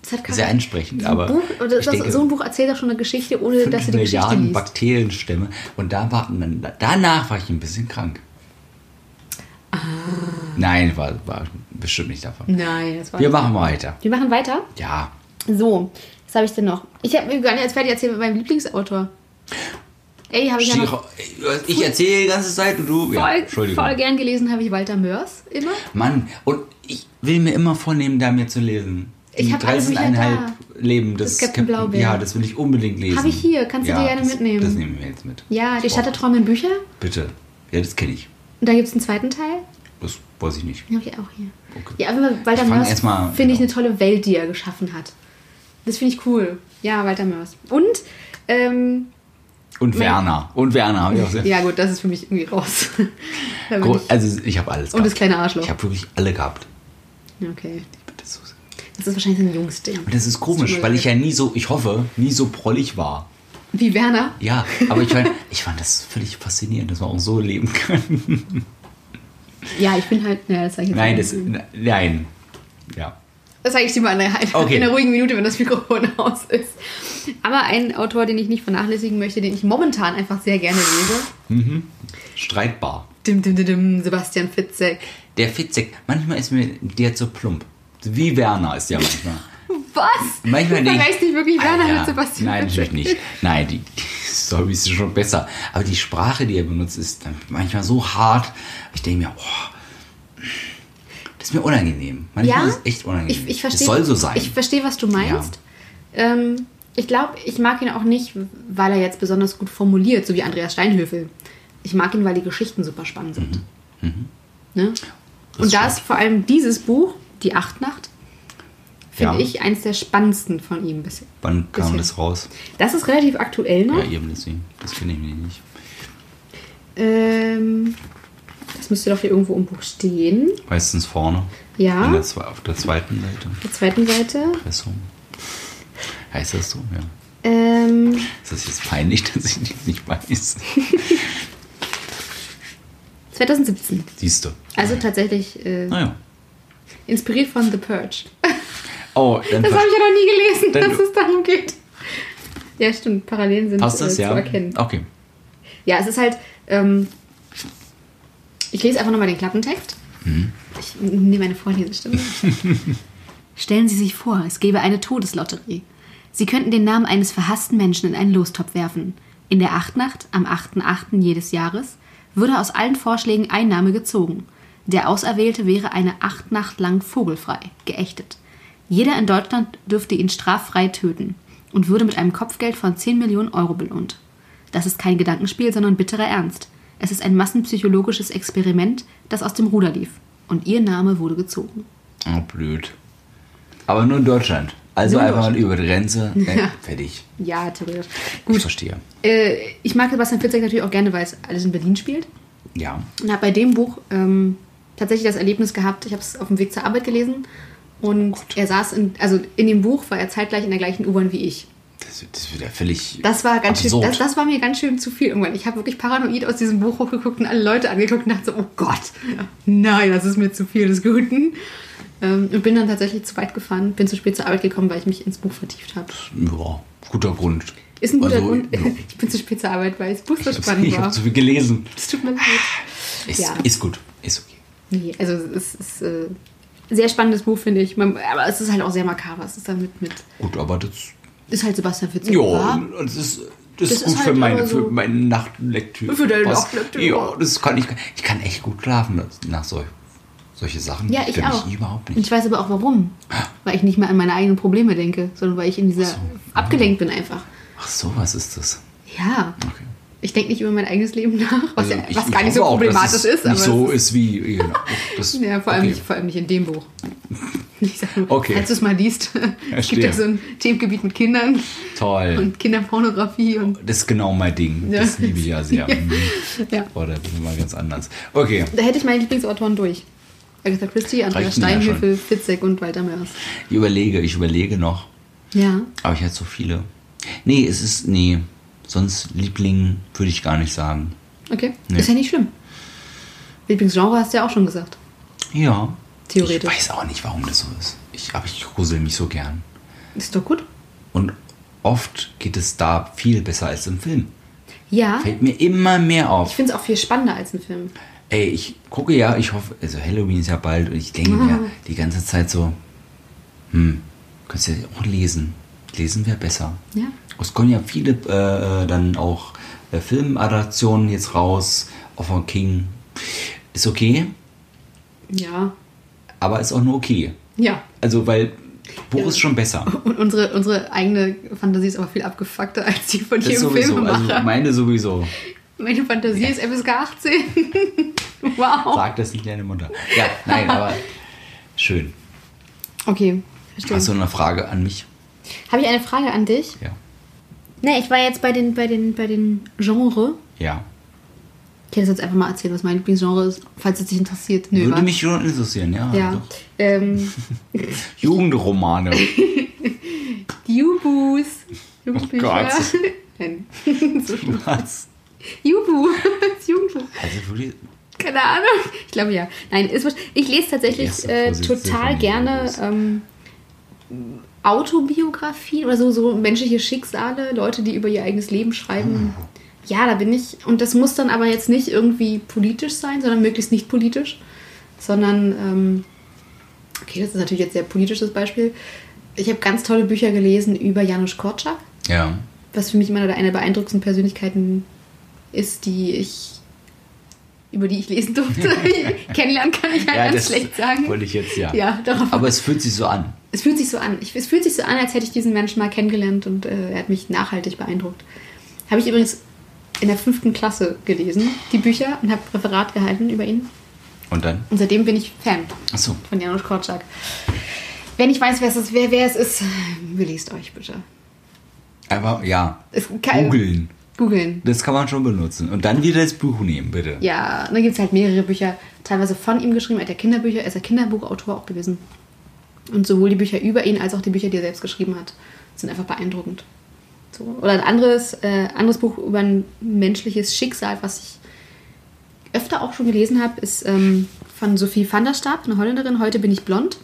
S1: Das hat
S2: sehr ansprechend, aber
S1: Buch, oder
S2: ich
S1: das,
S2: denke,
S1: so ein Buch erzählt auch schon eine Geschichte, ohne dass
S2: fünf
S1: du die Geschichte
S2: Milliarden
S1: liest.
S2: Bakterienstämme und da war, dann, danach war ich ein bisschen krank.
S1: Ah.
S2: Nein, war, war bestimmt nicht davon.
S1: Nein, das war
S2: Wir machen weiter.
S1: Wir machen weiter.
S2: Ja.
S1: So, was habe ich denn noch? Ich habe mir gar nicht als fertig erzählt mit meinem Lieblingsautor. Ey, habe ich ja noch
S2: Schiro- Ich erzähle die ganze Zeit und du. oh ja,
S1: voll,
S2: Entschuldigung.
S1: voll gern gelesen, habe ich Walter Mörs immer.
S2: Mann, und ich will mir immer vornehmen, da mir zu lesen.
S1: Ich
S2: Die
S1: hab alle Bücher
S2: 13,5 Leben des
S1: Das Captain Blaubeer.
S2: Ja, das will ich unbedingt lesen.
S1: Hab ich hier, kannst du dir gerne
S2: das,
S1: mitnehmen.
S2: Das nehmen wir jetzt mit.
S1: Ja, die
S2: Ich
S1: Stadt
S2: brauch-
S1: der träumenden Bücher.
S2: Bitte. Ja, das kenne ich.
S1: Und da gibt es einen zweiten Teil.
S2: Das weiß ich nicht.
S1: Den habe ich auch hier.
S2: Okay.
S1: Ja, aber Walter
S2: Ich fang
S1: Mörs
S2: erst mal-
S1: finde ich
S2: genau.
S1: eine tolle Welt, die er geschaffen hat. Das finde ich cool. Ja, Walter Mörs. Und ähm,
S2: Und Werner. Und Werner habe ich auch sehr.
S1: Ja, gut, das ist für mich irgendwie raus. Da bin
S2: Gro-
S1: ich-
S2: Also ich habe alles.
S1: Und das kleine Arschloch.
S2: Ich habe wirklich alle gehabt.
S1: okay.
S2: Das ist so-
S1: Das ist wahrscheinlich so ein Jungsding.
S2: Und das ist
S1: tut
S2: komisch,
S1: mir
S2: weil ich ja
S1: leid.
S2: nie so, ich hoffe, nie so prollig war.
S1: Wie Werner?
S2: Ja, aber ich fand, ich fand das völlig faszinierend, dass man auch so leben kann.
S1: Ja, ich bin halt. Ja, das sag ich jetzt
S2: Nein,
S1: nicht.
S2: das, n- nein. Ja.
S1: Das zeige ich dir mal in einer,
S2: Okay.
S1: in einer ruhigen Minute, wenn das Mikrofon aus ist. Aber ein Autor, den ich nicht vernachlässigen möchte, den ich momentan einfach sehr gerne lese.
S2: Streitbar.
S1: Dim, dim, dim, dim, Sebastian Fitzek.
S2: Der Fitzek, manchmal ist mir der zu plump. Wie Werner ist der manchmal.
S1: Was?
S2: Manchmal
S1: du
S2: denk ich,
S1: vergleichst nicht wirklich Werner
S2: Alter,
S1: mit Sebastian
S2: Nein,
S1: Fitzek.
S2: natürlich nicht. Nein, die, die Story ist schon besser. Aber die Sprache, die er benutzt, ist dann manchmal so hart. Ich denke mir, oh, das ist mir unangenehm. Manchmal
S1: Ja,
S2: ist es echt unangenehm.
S1: Ich, ich verstehe,
S2: das soll so sein.
S1: Ich verstehe, was du meinst. Ähm, ich glaube, ich mag ihn auch nicht, weil er jetzt besonders gut formuliert, so wie Andreas Steinhöfel. Ich mag ihn, weil die Geschichten super spannend sind. Ne?
S2: Mhm. Das
S1: Und da
S2: stimmt.
S1: ist vor allem dieses Buch, Die Achtnacht, finde
S2: Ja.
S1: ich eins der spannendsten von ihm bisher.
S2: Wann kam
S1: bisher.
S2: das raus?
S1: Das ist relativ aktuell noch.
S2: Ja, eben deswegen. Das kenne ich mir nicht.
S1: Ähm, das müsste doch hier irgendwo im Buch stehen.
S2: Meistens vorne.
S1: Ja.
S2: In der, zwe- auf der zweiten Seite.
S1: Auf der zweiten Seite.
S2: Pressung. Heißt das so? Ja.
S1: Ähm,
S2: Ist das jetzt peinlich, dass ich das nicht weiß?
S1: 2017.
S2: Siehst du.
S1: Also tatsächlich äh,
S2: Naja.
S1: inspiriert von The Purge.
S2: Oh, dann
S1: Das habe ich ja noch nie gelesen,
S2: Dann-
S1: dass es darum geht. Ja, stimmt. Parallelen sind
S2: passt das,
S1: äh,
S2: ja?
S1: zu erkennen.
S2: Okay.
S1: Ja, es ist halt. Ähm, ich lese einfach nochmal den Klappentext.
S2: Mhm.
S1: Ich nehme eine vorlesende Stimme. Stellen Sie sich vor, es gäbe eine Todeslotterie. Sie könnten den Namen eines verhassten Menschen in einen Lostopf werfen. In der Achtnacht, am 8.8. jedes Jahres, würde aus allen Vorschlägen ein Name gezogen. Der Auserwählte wäre eine Achtnacht lang vogelfrei, geächtet. Jeder in Deutschland dürfte ihn straffrei töten und würde mit einem Kopfgeld von 10 Millionen Euro belohnt. Das ist kein Gedankenspiel, sondern bitterer Ernst. Es ist ein massenpsychologisches Experiment, das aus dem Ruder lief. Und ihr Name wurde gezogen.
S2: Oh, blöd. Aber nur in Deutschland. Also
S1: Nur in
S2: einfach mal über die Grenze. Äh, fertig.
S1: Ja, theoretisch.
S2: Ich
S1: Gut.
S2: verstehe.
S1: Äh, ich mag Sebastian Fitzek natürlich auch gerne, weil es alles in Berlin spielt.
S2: Ja.
S1: Und habe bei dem Buch ähm, tatsächlich das Erlebnis gehabt, ich habe es auf dem Weg zur Arbeit gelesen. Und er saß in, also in dem Buch war er zeitgleich in der gleichen U-Bahn wie ich.
S2: Das, das wird ja völlig.
S1: Das war ganz
S2: absurd.
S1: schön, das, das war mir ganz schön zu viel irgendwann. Ich habe wirklich paranoid aus diesem Buch hochgeguckt und alle Leute angeguckt und dachte so, oh Gott, nein, das ist mir zu viel des Guten. Ähm, und bin dann tatsächlich zu weit gefahren, bin zu spät zur Arbeit gekommen, weil ich mich ins Buch vertieft habe.
S2: Ja, guter Grund.
S1: Ist ein guter
S2: Also,
S1: Grund.
S2: ja.
S1: Ich bin zu spät zur Arbeit, weil es Buch so
S2: Ich habe
S1: spannend war.
S2: hab zu viel gelesen.
S1: Es tut mir leid.
S2: Ist,
S1: Ja.
S2: ist gut. Ist okay.
S1: Nee, also es ist äh, ein sehr spannendes Buch, finde ich. Man, aber es ist halt auch sehr makaber. Es ist dann mit, mit
S2: Gut, aber das.
S1: ist halt Sebastian Fitzek.
S2: Ja,
S1: wa?
S2: das ist. Das,
S1: Das
S2: ist gut
S1: ist
S2: für,
S1: halt
S2: meine,
S1: aber so-
S2: für meine Nachtlektüre.
S1: Für deine
S2: Was-
S1: Nachtlektüre.
S2: Ja, das kann ich. Ich kann echt gut schlafen nach solch, solche Sachen.
S1: Ja, ich
S2: Für
S1: auch.
S2: Mich überhaupt
S1: Und ich
S2: nicht.
S1: weiß aber auch warum. Weil ich nicht mehr an meine eigenen Probleme denke, sondern weil ich in dieser abgelenkt bin einfach.
S2: Ach so, was ist das?
S1: Ja.
S2: Okay.
S1: Ich denke nicht über mein eigenes Leben nach, was,
S2: Also
S1: ja,
S2: ich-
S1: was
S2: ich
S1: gar nicht
S2: hoffe
S1: so
S2: auch, dass
S1: problematisch
S2: es
S1: ist.
S2: Nicht
S1: aber
S2: so
S1: es
S2: ist wie. Genau, das,
S1: ist- Ja, vor allem,
S2: okay.
S1: nicht, vor allem nicht in dem Buch. Ich sag nur,
S2: Okay.
S1: falls du es mal liest, es gibt
S2: Verstehe.
S1: ja so ein Themengebiet mit Kindern
S2: Toll.
S1: und Kinderpornografie und
S2: das ist genau mein Ding.
S1: Ja.
S2: Das liebe ich ja sehr.
S1: Ja.
S2: Mhm.
S1: ja.
S2: Oh, da bin ich mal ganz anders. Okay.
S1: Da hätte ich meine Lieblingsautoren durch. Agatha Christie, Andreas
S2: Reichen ja
S1: Steinhöfel, Fitzek und Walter Mörs.
S2: Ich überlege, ich überlege noch.
S1: Ja.
S2: Aber ich hatte so viele. Nee, es ist. Nee. Sonst Liebling würde ich gar nicht sagen.
S1: Okay.
S2: Nee.
S1: Ist ja nicht schlimm. Lieblingsgenre hast du ja auch schon gesagt.
S2: Ja.
S1: Theoretisch.
S2: Ich weiß auch nicht, warum das so ist. Ich, aber ich grusel mich so gern.
S1: Ist doch gut.
S2: Und oft geht es da viel besser als im Film.
S1: Ja.
S2: Fällt mir immer mehr auf.
S1: Ich finde es auch viel spannender als ein Film.
S2: Ey, ich gucke ja, ich hoffe, also Halloween ist ja bald und ich denke
S1: Mhm.
S2: mir die ganze Zeit so, hm, könntest du ja auch lesen. Lesen wäre besser.
S1: Ja.
S2: Es kommen ja viele äh, dann auch äh, Filmadaptionen jetzt raus, auch von King. Ist okay,
S1: Ja.
S2: aber ist auch nur okay.
S1: Ja.
S2: Also, weil Buch
S1: Ja.
S2: ist schon besser.
S1: Und unsere, unsere eigene Fantasie ist aber viel abgefuckter als die von
S2: Das
S1: jedem
S2: sowieso, also
S1: Filmemacher.
S2: meine sowieso.
S1: Meine Fantasie ist FSK 18. wow.
S2: Sag das nicht deine Mutter. Ja, nein, aber schön.
S1: Okay, verstehe.
S2: Also Hast du eine Frage an mich?
S1: Habe ich eine Frage an dich?
S2: Ja.
S1: Ne, ich war jetzt bei den, bei den, bei den Genre.
S2: Ja.
S1: Ich hätte jetzt einfach mal erzählt, was mein Lieblingsgenre ist, falls es dich interessiert. Nö, wa?
S2: Würde mich schon interessieren, ja.
S1: ja.
S2: Doch.
S1: Ähm,
S2: Jugendromane.
S1: die Jubus. Jugendbücher.
S2: Oh Gott.
S1: Nein.
S2: Was?
S1: Jubu. Das Jugendbuch.
S2: Also wirklich.
S1: Keine Ahnung. Ich glaube ja. Nein, ist wahrsch- ich lese
S2: Die
S1: tatsächlich
S2: erste
S1: äh,
S2: Vorsitzende
S1: total
S2: von
S1: gerne
S2: Jubus.
S1: ähm, Autobiografien oder so, so menschliche Schicksale, Leute, die über ihr eigenes Leben schreiben. Ja, da bin ich. Und das muss dann aber jetzt nicht irgendwie politisch sein, sondern möglichst nicht politisch. Sondern, ähm, okay, das ist natürlich jetzt sehr politisches Beispiel. Ich habe ganz tolle Bücher gelesen über Janusz Korczak
S2: Ja.
S1: was für mich immer eine der beeindruckendsten Persönlichkeiten ist, die ich über die ich lesen durfte. Kennenlernen kann ich halt ganz schlecht sagen.
S2: wollte ich jetzt ja.
S1: Ja, darauf.
S2: Aber es fühlt sich so an.
S1: es fühlt sich so an. Ich, es fühlt sich so an, als hätte ich diesen Menschen mal kennengelernt und äh, er hat mich nachhaltig beeindruckt. Habe ich übrigens in der fünften Klasse gelesen, die Bücher, und habe Referat gehalten über ihn.
S2: Und dann?
S1: Und seitdem bin ich Fan
S2: Achso.
S1: von Janusz Korczak. Wenn ich weiß, wer es ist, wer, wer es ist, belest euch bitte.
S2: Aber ja.
S1: Es kann-
S2: Googeln.
S1: Googeln.
S2: Das kann man schon benutzen. Und dann wieder das Buch nehmen, bitte.
S1: Ja, da gibt es halt mehrere Bücher, teilweise von ihm geschrieben. Er hat ja Kinderbücher, er ist ja Kinderbuchautor auch gewesen. Und sowohl die Bücher über ihn als auch die Bücher, die er selbst geschrieben hat, sind einfach beeindruckend. So. Oder ein anderes, äh, anderes Buch über ein menschliches Schicksal, was ich öfter auch schon gelesen habe, ist ähm, von Sophie van der Staap, eine Holländerin, Heute bin ich blond.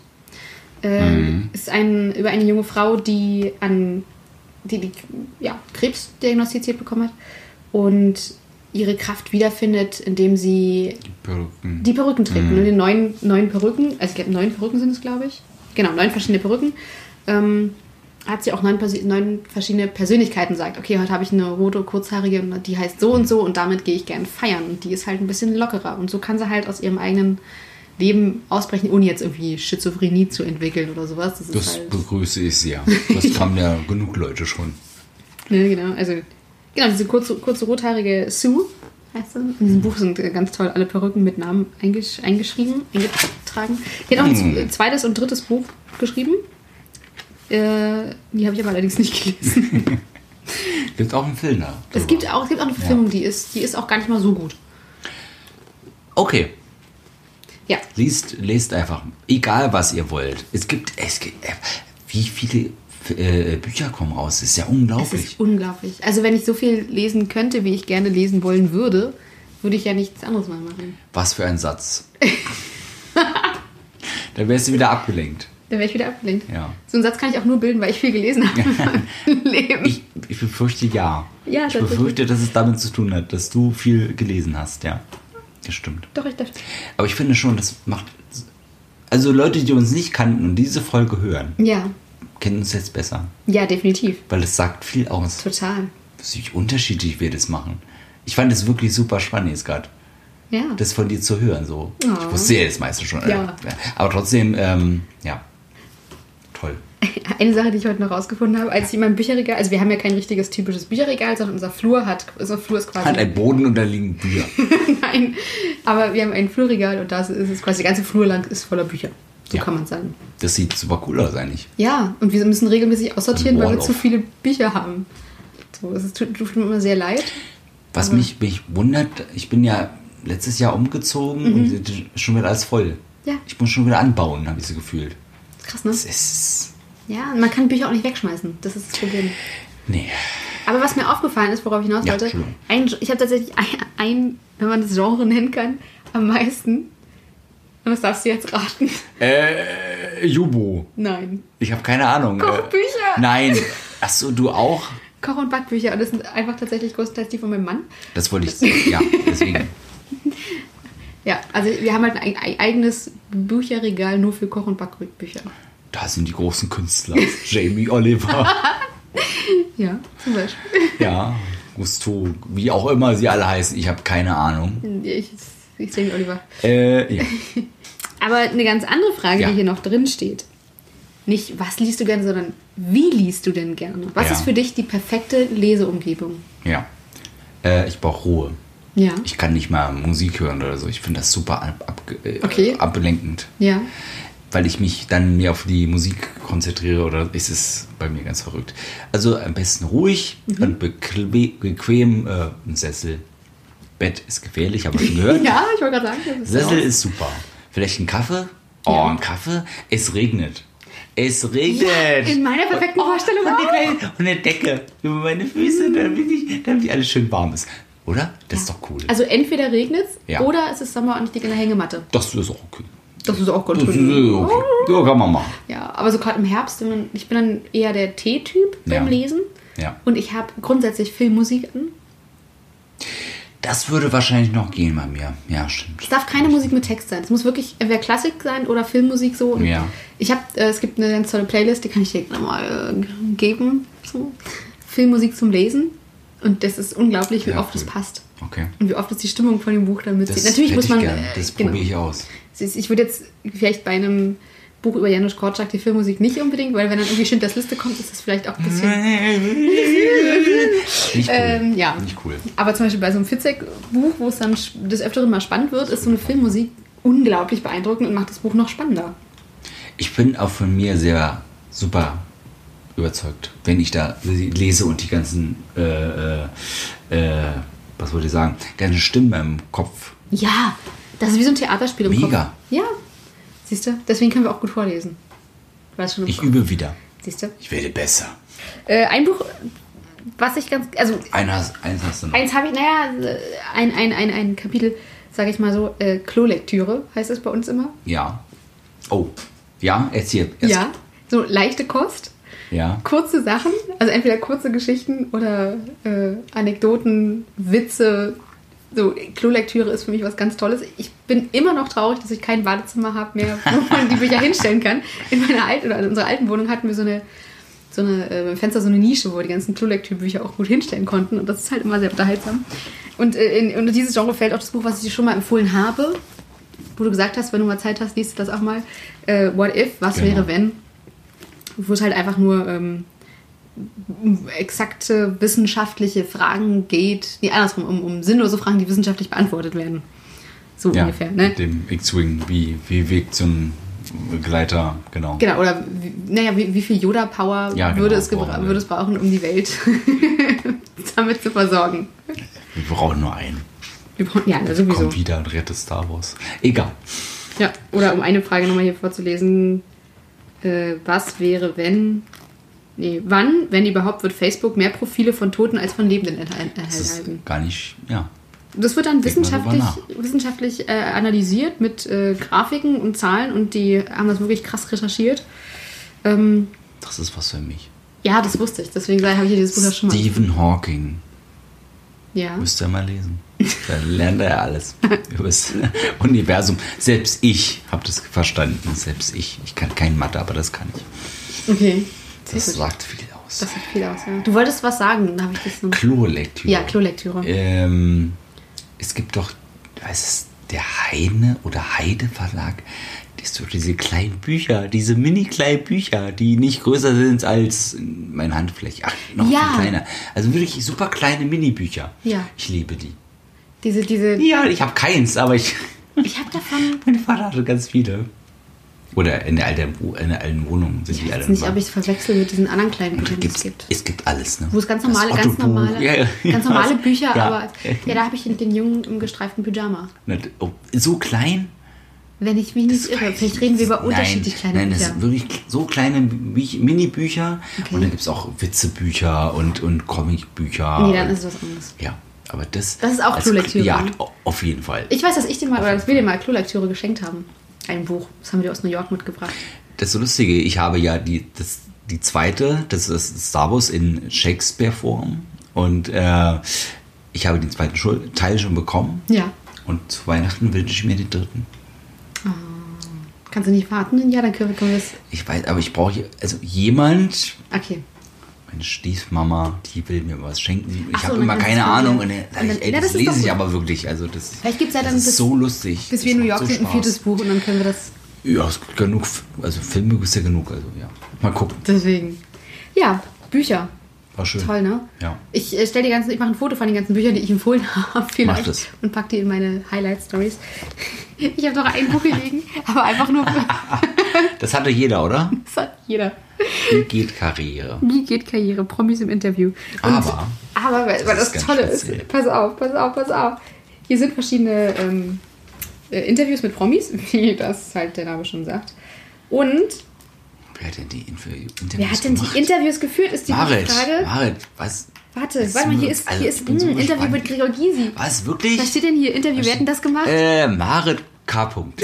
S1: Äh, Ist ein, über eine junge Frau, die an die, die ja, Krebs diagnostiziert bekommen hat und ihre Kraft wiederfindet, indem sie
S2: Perücken.
S1: die Perücken trägt. Nur den neuen, neuen Perücken, also ich glaube, neun Perücken sind es, glaube ich. Genau, neun verschiedene Perücken. Ähm, hat sie auch neun, Persi- neun verschiedene Persönlichkeiten, sagt, okay, heute habe ich eine rote, kurzhaarige, und die heißt so und so und damit gehe ich gern feiern. Und die ist halt ein bisschen lockerer. Und so kann sie halt aus ihrem eigenen Leben ausbrechen, ohne jetzt irgendwie Schizophrenie zu entwickeln oder sowas. Das, ist
S2: Das
S1: halt,
S2: begrüße ich sehr. Das haben ja genug Leute schon.
S1: Ne, genau, also genau, diese kurze, kurze rothaarige Sue heißt sie. In
S2: Mhm.
S1: diesem Buch sind äh, ganz toll alle Perücken mit Namen eingesch eingeschrieben, eingetragen. Die hat auch ein z- äh,
S2: Mm.
S1: zweites und drittes Buch geschrieben. Äh, die habe ich aber allerdings nicht gelesen.
S2: Gibt auch einen Film da.
S1: es, gibt auch, es gibt auch eine Verfilmung, die, ist, die ist auch gar nicht mal so gut.
S2: Okay.
S1: Ja,
S2: Liest, lest einfach. Egal, was ihr wollt. Es gibt, es gibt äh, wie viele äh, Bücher kommen raus? Das ist ja
S1: es
S2: unglaublich.
S1: ist unglaublich. Also wenn ich so viel lesen könnte, wie ich gerne lesen wollen würde, würde ich ja nichts anderes mal machen.
S2: Was für ein Satz. da wärst du wieder abgelenkt.
S1: Dann wäre ich wieder abgelenkt.
S2: Ja.
S1: So einen Satz kann ich auch nur bilden, weil ich viel gelesen habe in meinem Leben.
S2: Ich, ich befürchte ja.
S1: Ja,
S2: ich
S1: tatsächlich.
S2: befürchte, dass es damit zu tun hat, dass du viel gelesen hast, ja. Das stimmt.
S1: Doch, ich dachte.
S2: Aber ich finde schon, das macht. Also Leute, die uns nicht kannten und diese Folge hören,
S1: Ja,
S2: kennen uns jetzt besser.
S1: ja, definitiv.
S2: Weil es sagt viel aus.
S1: Total.
S2: Wie unterschiedlich wir das machen. Ich fand es wirklich super spannend jetzt gerade.
S1: Ja.
S2: das von dir zu hören. So.
S1: Ja.
S2: Ich wusste ja das meiste schon.
S1: Ja.
S2: äh, Aber trotzdem, ähm, ja. Toll.
S1: Eine Sache, die ich heute noch rausgefunden habe, als ich in meinem Bücherregal, also wir haben ja kein richtiges typisches Bücherregal, sondern unser Flur hat, unser Flur ist quasi.
S2: Hat ein Boden und da liegen Bücher.
S1: Nein, aber wir haben ein Flurregal und da ist es quasi, der ganze Flurland ist voller Bücher. So
S2: Ja.
S1: kann man sagen.
S2: Das sieht super cool aus eigentlich.
S1: Ja, und wir müssen regelmäßig aussortieren,
S2: Ein
S1: weil wir
S2: Wall
S1: zu
S2: of-
S1: viele Bücher haben. So, es tut, tut mir immer sehr leid.
S2: Was mich, mich wundert, ich bin ja letztes Jahr umgezogen und schon wieder alles voll.
S1: Ja.
S2: Ich muss schon wieder anbauen, habe ich so gefühlt.
S1: Krass, ne?
S2: Es ist.
S1: Ja, und man kann Bücher auch nicht wegschmeißen. Das ist das Problem.
S2: Nee.
S1: Aber was mir aufgefallen ist, worauf ich hinaus
S2: Ja,
S1: wollte,
S2: Entschuldigung.
S1: ein, ich habe tatsächlich ein, ein, wenn man das Genre nennen kann, am meisten. Und das darfst du jetzt raten.
S2: Äh, Jubo.
S1: Nein.
S2: Ich habe keine Ahnung.
S1: Kochbücher.
S2: Äh, nein. Achso, du auch?
S1: Koch- und Backbücher. Und das sind einfach tatsächlich größtenteils die von meinem Mann.
S2: Das wollte ich. Ja, deswegen.
S1: Ja, also wir haben halt ein, ei- eigenes Bücherregal nur für Koch- und Backbücher.
S2: Da sind die großen Künstler. Jamie Oliver.
S1: Ja, zum Beispiel.
S2: Ja, Gusto, wie auch immer sie alle heißen, ich habe keine Ahnung.
S1: Ich, ich sehe Oliver.
S2: Äh, ja.
S1: Aber eine ganz andere Frage,
S2: Ja.
S1: die hier noch drin steht. Nicht, was liest du gerne, sondern wie liest du denn gerne? Was
S2: Ja.
S1: ist für dich die perfekte Leseumgebung?
S2: ja. Äh, ich brauche Ruhe.
S1: Ja.
S2: Ich kann nicht mal Musik hören oder so. Ich finde das super ab, ab, äh,
S1: Okay.
S2: ablenkend.
S1: Ja.
S2: weil ich mich dann mehr auf die Musik konzentriere oder es ist bei mir ganz verrückt. Also am besten ruhig
S1: Mhm.
S2: und bequem, bequem äh, ein Sessel. Bett ist gefährlich, habe ich schon gehört.
S1: Ja, ich wollte gerade sagen. Das ist
S2: Sessel
S1: auch-
S2: ist super. Vielleicht ein Kaffee? Oh,
S1: Ja.
S2: ein Kaffee? Es regnet. Es
S1: Ja,
S2: regnet.
S1: in meiner perfekten Vorstellung
S2: und,
S1: auch.
S2: eine, und eine Decke über meine Füße, damit ich, damit ich alles schön warm ist. Oder? Das ist
S1: Ja.
S2: doch cool.
S1: Also entweder regnet es
S2: Ja.
S1: oder es ist Sommer und ich liege in der Hängematte.
S2: das ist auch okay.
S1: Das ist auch ganz
S2: Das ist okay. Ja, kann man machen.
S1: Ja, aber so gerade im Herbst, wenn man, ich bin dann eher der Tee-Typ beim
S2: Ja.
S1: Lesen.
S2: Ja.
S1: Und ich habe grundsätzlich Filmmusik an.
S2: Das würde wahrscheinlich noch gehen bei mir. Ja, stimmt.
S1: Es darf keine Musik mit Text sein. Es muss wirklich entweder Klassik sein oder Filmmusik so. Und
S2: Ja.
S1: Ich habe, äh, es gibt eine ganz tolle Playlist, die kann ich dir gerne mal äh, geben. So. Filmmusik zum Lesen. Und das ist unglaublich, wie
S2: Ja,
S1: oft
S2: cool.
S1: es passt.
S2: Okay.
S1: Und wie oft es die Stimmung von dem Buch dann mitzieht.
S2: Das
S1: Natürlich
S2: hätte
S1: muss man.
S2: ich gern.
S1: äh,
S2: Das
S1: genau.
S2: probiere ich aus.
S1: Es ist- Ich würde jetzt vielleicht bei einem Buch über Janusz Korczak die Filmmusik nicht unbedingt, weil wenn dann irgendwie Schindlers Liste kommt, ist das vielleicht auch ein
S2: Mhm.
S1: bisschen.
S2: Nicht cool.
S1: Ähm, ja.
S2: Nicht cool.
S1: Aber zum Beispiel bei so einem Fitzek-Buch, wo es dann sch- des Öfteren mal spannend wird, ist so eine Filmmusik unglaublich beeindruckend und macht das Buch noch spannender.
S2: Ich bin auch von mir sehr super überzeugt, wenn ich da lese und die ganzen, äh, äh, äh, was wollte ich sagen, ganze Stimmen im Kopf.
S1: Ja, das ist wie so ein Theaterspiel im
S2: Mega.
S1: Kopf. Ja, siehst du, deswegen können wir auch gut vorlesen. Weiß schon,
S2: Ich übe wieder.
S1: siehst du.
S2: Ich werde besser.
S1: Äh, ein Buch, was ich ganz, also
S2: Einer, hast- eins hast du noch.
S1: Eins habe ich, naja, äh, ein, ein, ein, ein Kapitel, sage ich mal so, äh, Klolektüre heißt es bei uns immer.
S2: Ja. Oh. Ja, erzähl. Erst.
S1: Ja, so leichte Kost,
S2: Ja.
S1: kurze Sachen, also entweder kurze Geschichten oder äh, Anekdoten, Witze. So, Klolektüre ist für mich was ganz Tolles. Ich bin immer noch traurig, dass ich kein Badezimmer habe mehr, wo man die Bücher hinstellen kann. In meiner alten oder in unserer alten Wohnung hatten wir so eine, so eine äh, beim Fenster so eine Nische, wo wir die ganzen Klolektürbücher auch gut hinstellen konnten. Und das ist halt immer sehr unterhaltsam. Und äh, in, unter dieses Genre fällt auch das Buch, was ich dir schon mal empfohlen habe, wo du gesagt hast, wenn du mal Zeit hast, liest du das auch mal. Äh, What if? Was
S2: Genau.
S1: wäre wenn? Wo es halt einfach nur ähm, um exakte wissenschaftliche Fragen geht, nee, andersrum, um, um sinnlose Fragen, die wissenschaftlich beantwortet werden. So
S2: Ja,
S1: ungefähr, ne?
S2: Mit dem X-Wing, wie, wie Weg zum Gleiter, genau.
S1: Genau, oder wie, naja, wie, wie viel Yoda-Power
S2: Ja, genau,
S1: würde, es gebra-
S2: brauchen wir.
S1: würde es brauchen, um die Welt damit zu versorgen?
S2: Wir brauchen nur einen.
S1: Wir brauchen, ja, sowieso.
S2: Komm wieder und rette Star Wars. Egal.
S1: Ja, oder um eine Frage nochmal hier vorzulesen. Äh, was wäre, wenn. Nee, wann, wenn überhaupt, wird Facebook mehr Profile von Toten als von Lebenden erhalten?
S2: Das ist gar nicht, ja.
S1: Das wird dann
S2: Denk mal drüber
S1: wissenschaftlich, wissenschaftlich äh, analysiert mit äh, Grafiken und Zahlen und die haben das wirklich krass recherchiert. Ähm,
S2: Das ist was für mich.
S1: ja, das wusste ich. Deswegen habe ich hier dieses Buch ja schon mal.
S2: Stephen Hawking.
S1: Ja.
S2: Müsst ihr mal lesen. Dann lernt er alles über das Universum. Selbst ich habe das verstanden. Selbst ich. Ich kann kein Mathe, aber das kann ich.
S1: Okay.
S2: Das
S1: Sehr gut.
S2: sagt viel aus.
S1: Das sieht viel aus, ja. Du wolltest was sagen, da habe ich das noch.
S2: Klolektüre.
S1: Ja, Klolektüre.
S2: Ähm, es gibt doch, weiß es, der Heine oder Heide Verlag. Das ist so diese kleinen Bücher, diese mini kleinen Bücher, die nicht größer sind als mein Handfläche. Ach, noch
S1: Ja.
S2: viel kleiner. Also wirklich super kleine Mini-Bücher.
S1: Ja.
S2: Ich liebe die.
S1: Diese, diese.
S2: Ja, ich habe keins, aber ich.
S1: Ich habe davon.
S2: Mein Vater hatte ganz viele. Oder in der alten, Wo- in der alten Wohnung sind die
S1: Ich
S2: alle.
S1: weiß nicht,
S2: immer.
S1: ob ich es verwechsel mit diesen anderen kleinen
S2: Und da
S1: Büchern, die
S2: gibt's,
S1: es gibt.
S2: Es gibt alles, ne?
S1: Wo es ganz
S2: Das
S1: normale, ganz
S2: Otto-Buch.
S1: normale,
S2: Ja, ja.
S1: ganz normale Bücher,
S2: ja.
S1: aber ja, da habe ich den, den Jungen im gestreiften Pyjama.
S2: Nicht- oh, So klein?
S1: Wenn ich mich nicht irre,
S2: weiß
S1: vielleicht
S2: ich
S1: reden wir über
S2: nicht.
S1: unterschiedlich
S2: nein,
S1: kleine
S2: nein,
S1: Bücher.
S2: Nein, das sind wirklich so kleine Bü- Mini-Bücher.
S1: Okay.
S2: Und dann gibt es auch Witzebücher und, und Comicbücher.
S1: nee, dann
S2: und-
S1: ist es was anderes.
S2: Ja, aber das.
S1: Das ist auch
S2: als-
S1: Klolektüre,
S2: Ja,
S1: ne?
S2: au- auf jeden Fall.
S1: Ich weiß, dass ich dir mal, oder dass wir dir mal Klolektüre geschenkt haben. Ein Buch. Das haben wir aus New York mitgebracht.
S2: Das Lustige, ich habe ja die, das, die zweite, das ist Star Wars in Shakespeare-Form. Und äh, ich habe den zweiten Schul Teil schon bekommen.
S1: Ja.
S2: Und zu Weihnachten wünsche ich mir den dritten.
S1: Kannst du nicht warten? Ja, dann können wir- können wir es.
S2: Ich weiß, aber ich brauche, also jemand,
S1: Okay.
S2: meine Stiefmama, die will mir was schenken. Ich
S1: Ach so,
S2: habe
S1: dann
S2: immer
S1: kannst
S2: keine
S1: du dir-
S2: Ahnung. Und dann,
S1: und dann-
S2: ich, ey,
S1: ja,
S2: das,
S1: das ist doch
S2: lese ich
S1: gut.
S2: aber wirklich. Also das,
S1: Vielleicht gibt's ja
S2: das
S1: dann
S2: ist
S1: bis-
S2: so lustig.
S1: Bis wir in
S2: Das
S1: New York
S2: macht so
S1: sind, ein
S2: Spaß.
S1: viertes Buch und dann können wir das.
S2: Ja, es gibt genug, also Filme gibt es ja genug. Also ja, mal gucken.
S1: Deswegen. Ja, Bücher.
S2: War schön.
S1: Toll, ne?
S2: Ja.
S1: Ich äh, stell die ganzen, ich mache ein Foto von den ganzen Büchern, die ich empfohlen habe, vielleicht.
S2: das.
S1: Und pack die in meine Highlight Stories. Ich habe noch ein Buch hier liegen, aber einfach nur für,
S2: Das hatte jeder, oder?
S1: Das hat jeder.
S2: Wie geht Karriere?
S1: Wie geht Karriere? Promis im Interview. Und-
S2: Aber-
S1: Aber, weil, weil
S2: Das
S1: das,
S2: ist ganz
S1: Tolle
S2: speziell.
S1: ist, pass auf, pass auf, pass auf. Hier sind verschiedene ähm, äh, Interviews mit Promis, wie das halt der Name schon sagt. Und
S2: Wer hat denn die Inter- Interviews
S1: wer hat denn
S2: gemacht?
S1: die Interviews geführt, ist die gute
S2: Marit,
S1: Frage.
S2: Marit, was?
S1: Warte,
S2: Jetzt
S1: warte mal,
S2: sind
S1: hier
S2: wir-
S1: ist,
S2: also,
S1: hier
S2: ich
S1: ist
S2: bin
S1: mh,
S2: so
S1: ein Interview
S2: gespannt.
S1: mit Gregor Gysi.
S2: Was, wirklich?
S1: Was steht denn hier? Interview, wer hat denn das gemacht?
S2: Äh, Marit K. Punkt.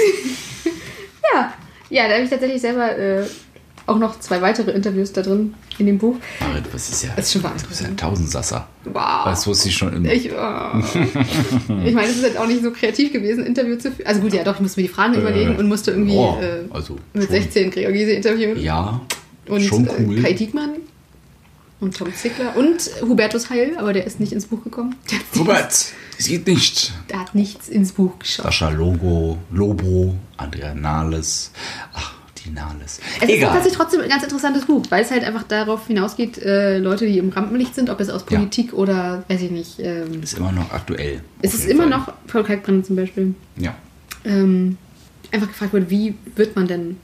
S1: Ja, ja, da habe ich tatsächlich selber äh, auch noch zwei weitere Interviews da drin in dem Buch.
S2: Marit, was ist ja...
S1: Das ist schon
S2: Du bist ja
S1: wahnsinnig.
S2: ein Tausendsasser.
S1: Wow.
S2: Das wusste ich schon immer.
S1: Ich, äh, ich meine, es ist jetzt auch nicht so kreativ gewesen, ein Interview zu führen. Also gut, ja doch, ich musste mir die Fragen überlegen und musste irgendwie
S2: ja,
S1: äh,
S2: also
S1: mit
S2: schon.
S1: 16 Gregor Gysi interviewen.
S2: ja,
S1: und
S2: schon cool.
S1: äh, Kai Diekmann und Tom Zickler und Hubertus Heil, aber der ist nicht ins Buch gekommen. Der hat,
S2: Robert, es geht nicht.
S1: der hat nichts ins Buch geschafft.
S2: Sascha Logo, Lobo, Andrea Nahles. Ach, die Nahles.
S1: Es ist
S2: Egal.
S1: tatsächlich trotzdem ein ganz interessantes Buch, weil es halt einfach darauf hinausgeht, äh, Leute, die im Rampenlicht sind, ob es aus
S2: Ja.
S1: Politik oder, weiß ich nicht, ähm,
S2: ist immer noch aktuell.
S1: es
S2: Auf
S1: ist
S2: jeden
S1: immer
S2: Fall.
S1: noch, Paul Kalkbrenner zum Beispiel,
S2: Ja.
S1: ähm, einfach gefragt wird, wie wird man denn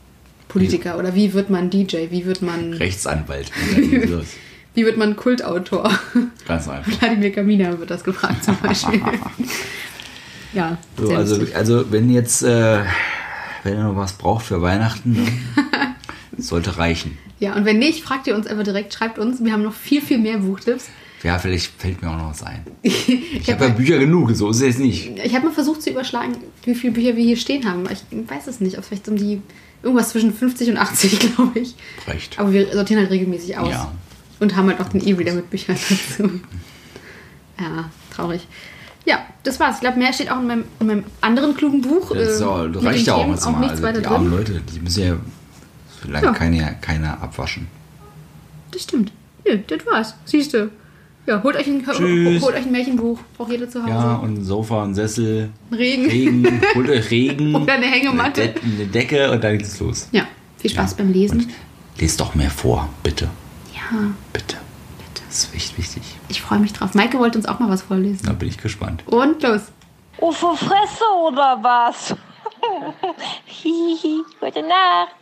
S1: Politiker oder wie wird man DJ, wie wird man,
S2: Rechtsanwalt. oder irgendwie sowas.
S1: wie wird man Kultautor?
S2: Ganz einfach.
S1: Vladimir Kamina wird das gefragt zum Beispiel. ja,
S2: So,
S1: sehr
S2: also,
S1: lustig.
S2: also wenn jetzt, äh, wenn ihr noch was braucht für Weihnachten, ne? sollte reichen.
S1: ja, und wenn nicht, fragt ihr uns einfach direkt, schreibt uns, wir haben noch viel, viel mehr Buchtipps.
S2: Ja, vielleicht fällt mir auch noch was ein. Ich habe ja Bücher genug, so ist es nicht.
S1: Ich habe mal versucht zu überschlagen, wie viele Bücher wir hier stehen haben. Ich weiß es nicht, ob es vielleicht um die irgendwas zwischen 50 und 80, glaube ich.
S2: Reicht.
S1: Aber wir sortieren halt regelmäßig aus.
S2: Ja.
S1: Und haben halt auch den E-Reader mit Büchern dazu. ja, traurig. Ja, das war's. Ich glaube, mehr steht auch in meinem, in meinem anderen klugen Buch.
S2: Das, ist
S1: äh,
S2: auch, das
S1: mit den
S2: reicht ja auch
S1: Themen
S2: jetzt mal.
S1: nichts
S2: Also,
S1: weiter
S2: die armen
S1: drin.
S2: Leute, die müssen ja so lange
S1: Ja.
S2: Keine, keine abwaschen.
S1: Das stimmt. Nö, das war's. Siehst du. Ja, holt euch, ein,
S2: Tschüss.
S1: holt euch ein Märchenbuch. Braucht jeder zu Hause.
S2: Ja, und ein Sofa, ein Sessel,
S1: Regen.
S2: Regen holt euch Regen.
S1: Oder eine Hängematte.
S2: Eine, De eine Decke und dann geht's los.
S1: Ja, viel Spaß beim Lesen.
S2: Und lest doch mehr vor, bitte.
S1: ja,
S2: Bitte.
S1: bitte.
S2: Das ist echt wichtig.
S1: Ich freue mich drauf. Maike wollte uns auch mal was vorlesen.
S2: Da bin ich gespannt.
S1: Und los.
S4: Oh, vor Fresse oder was? Hihi, gute Nacht.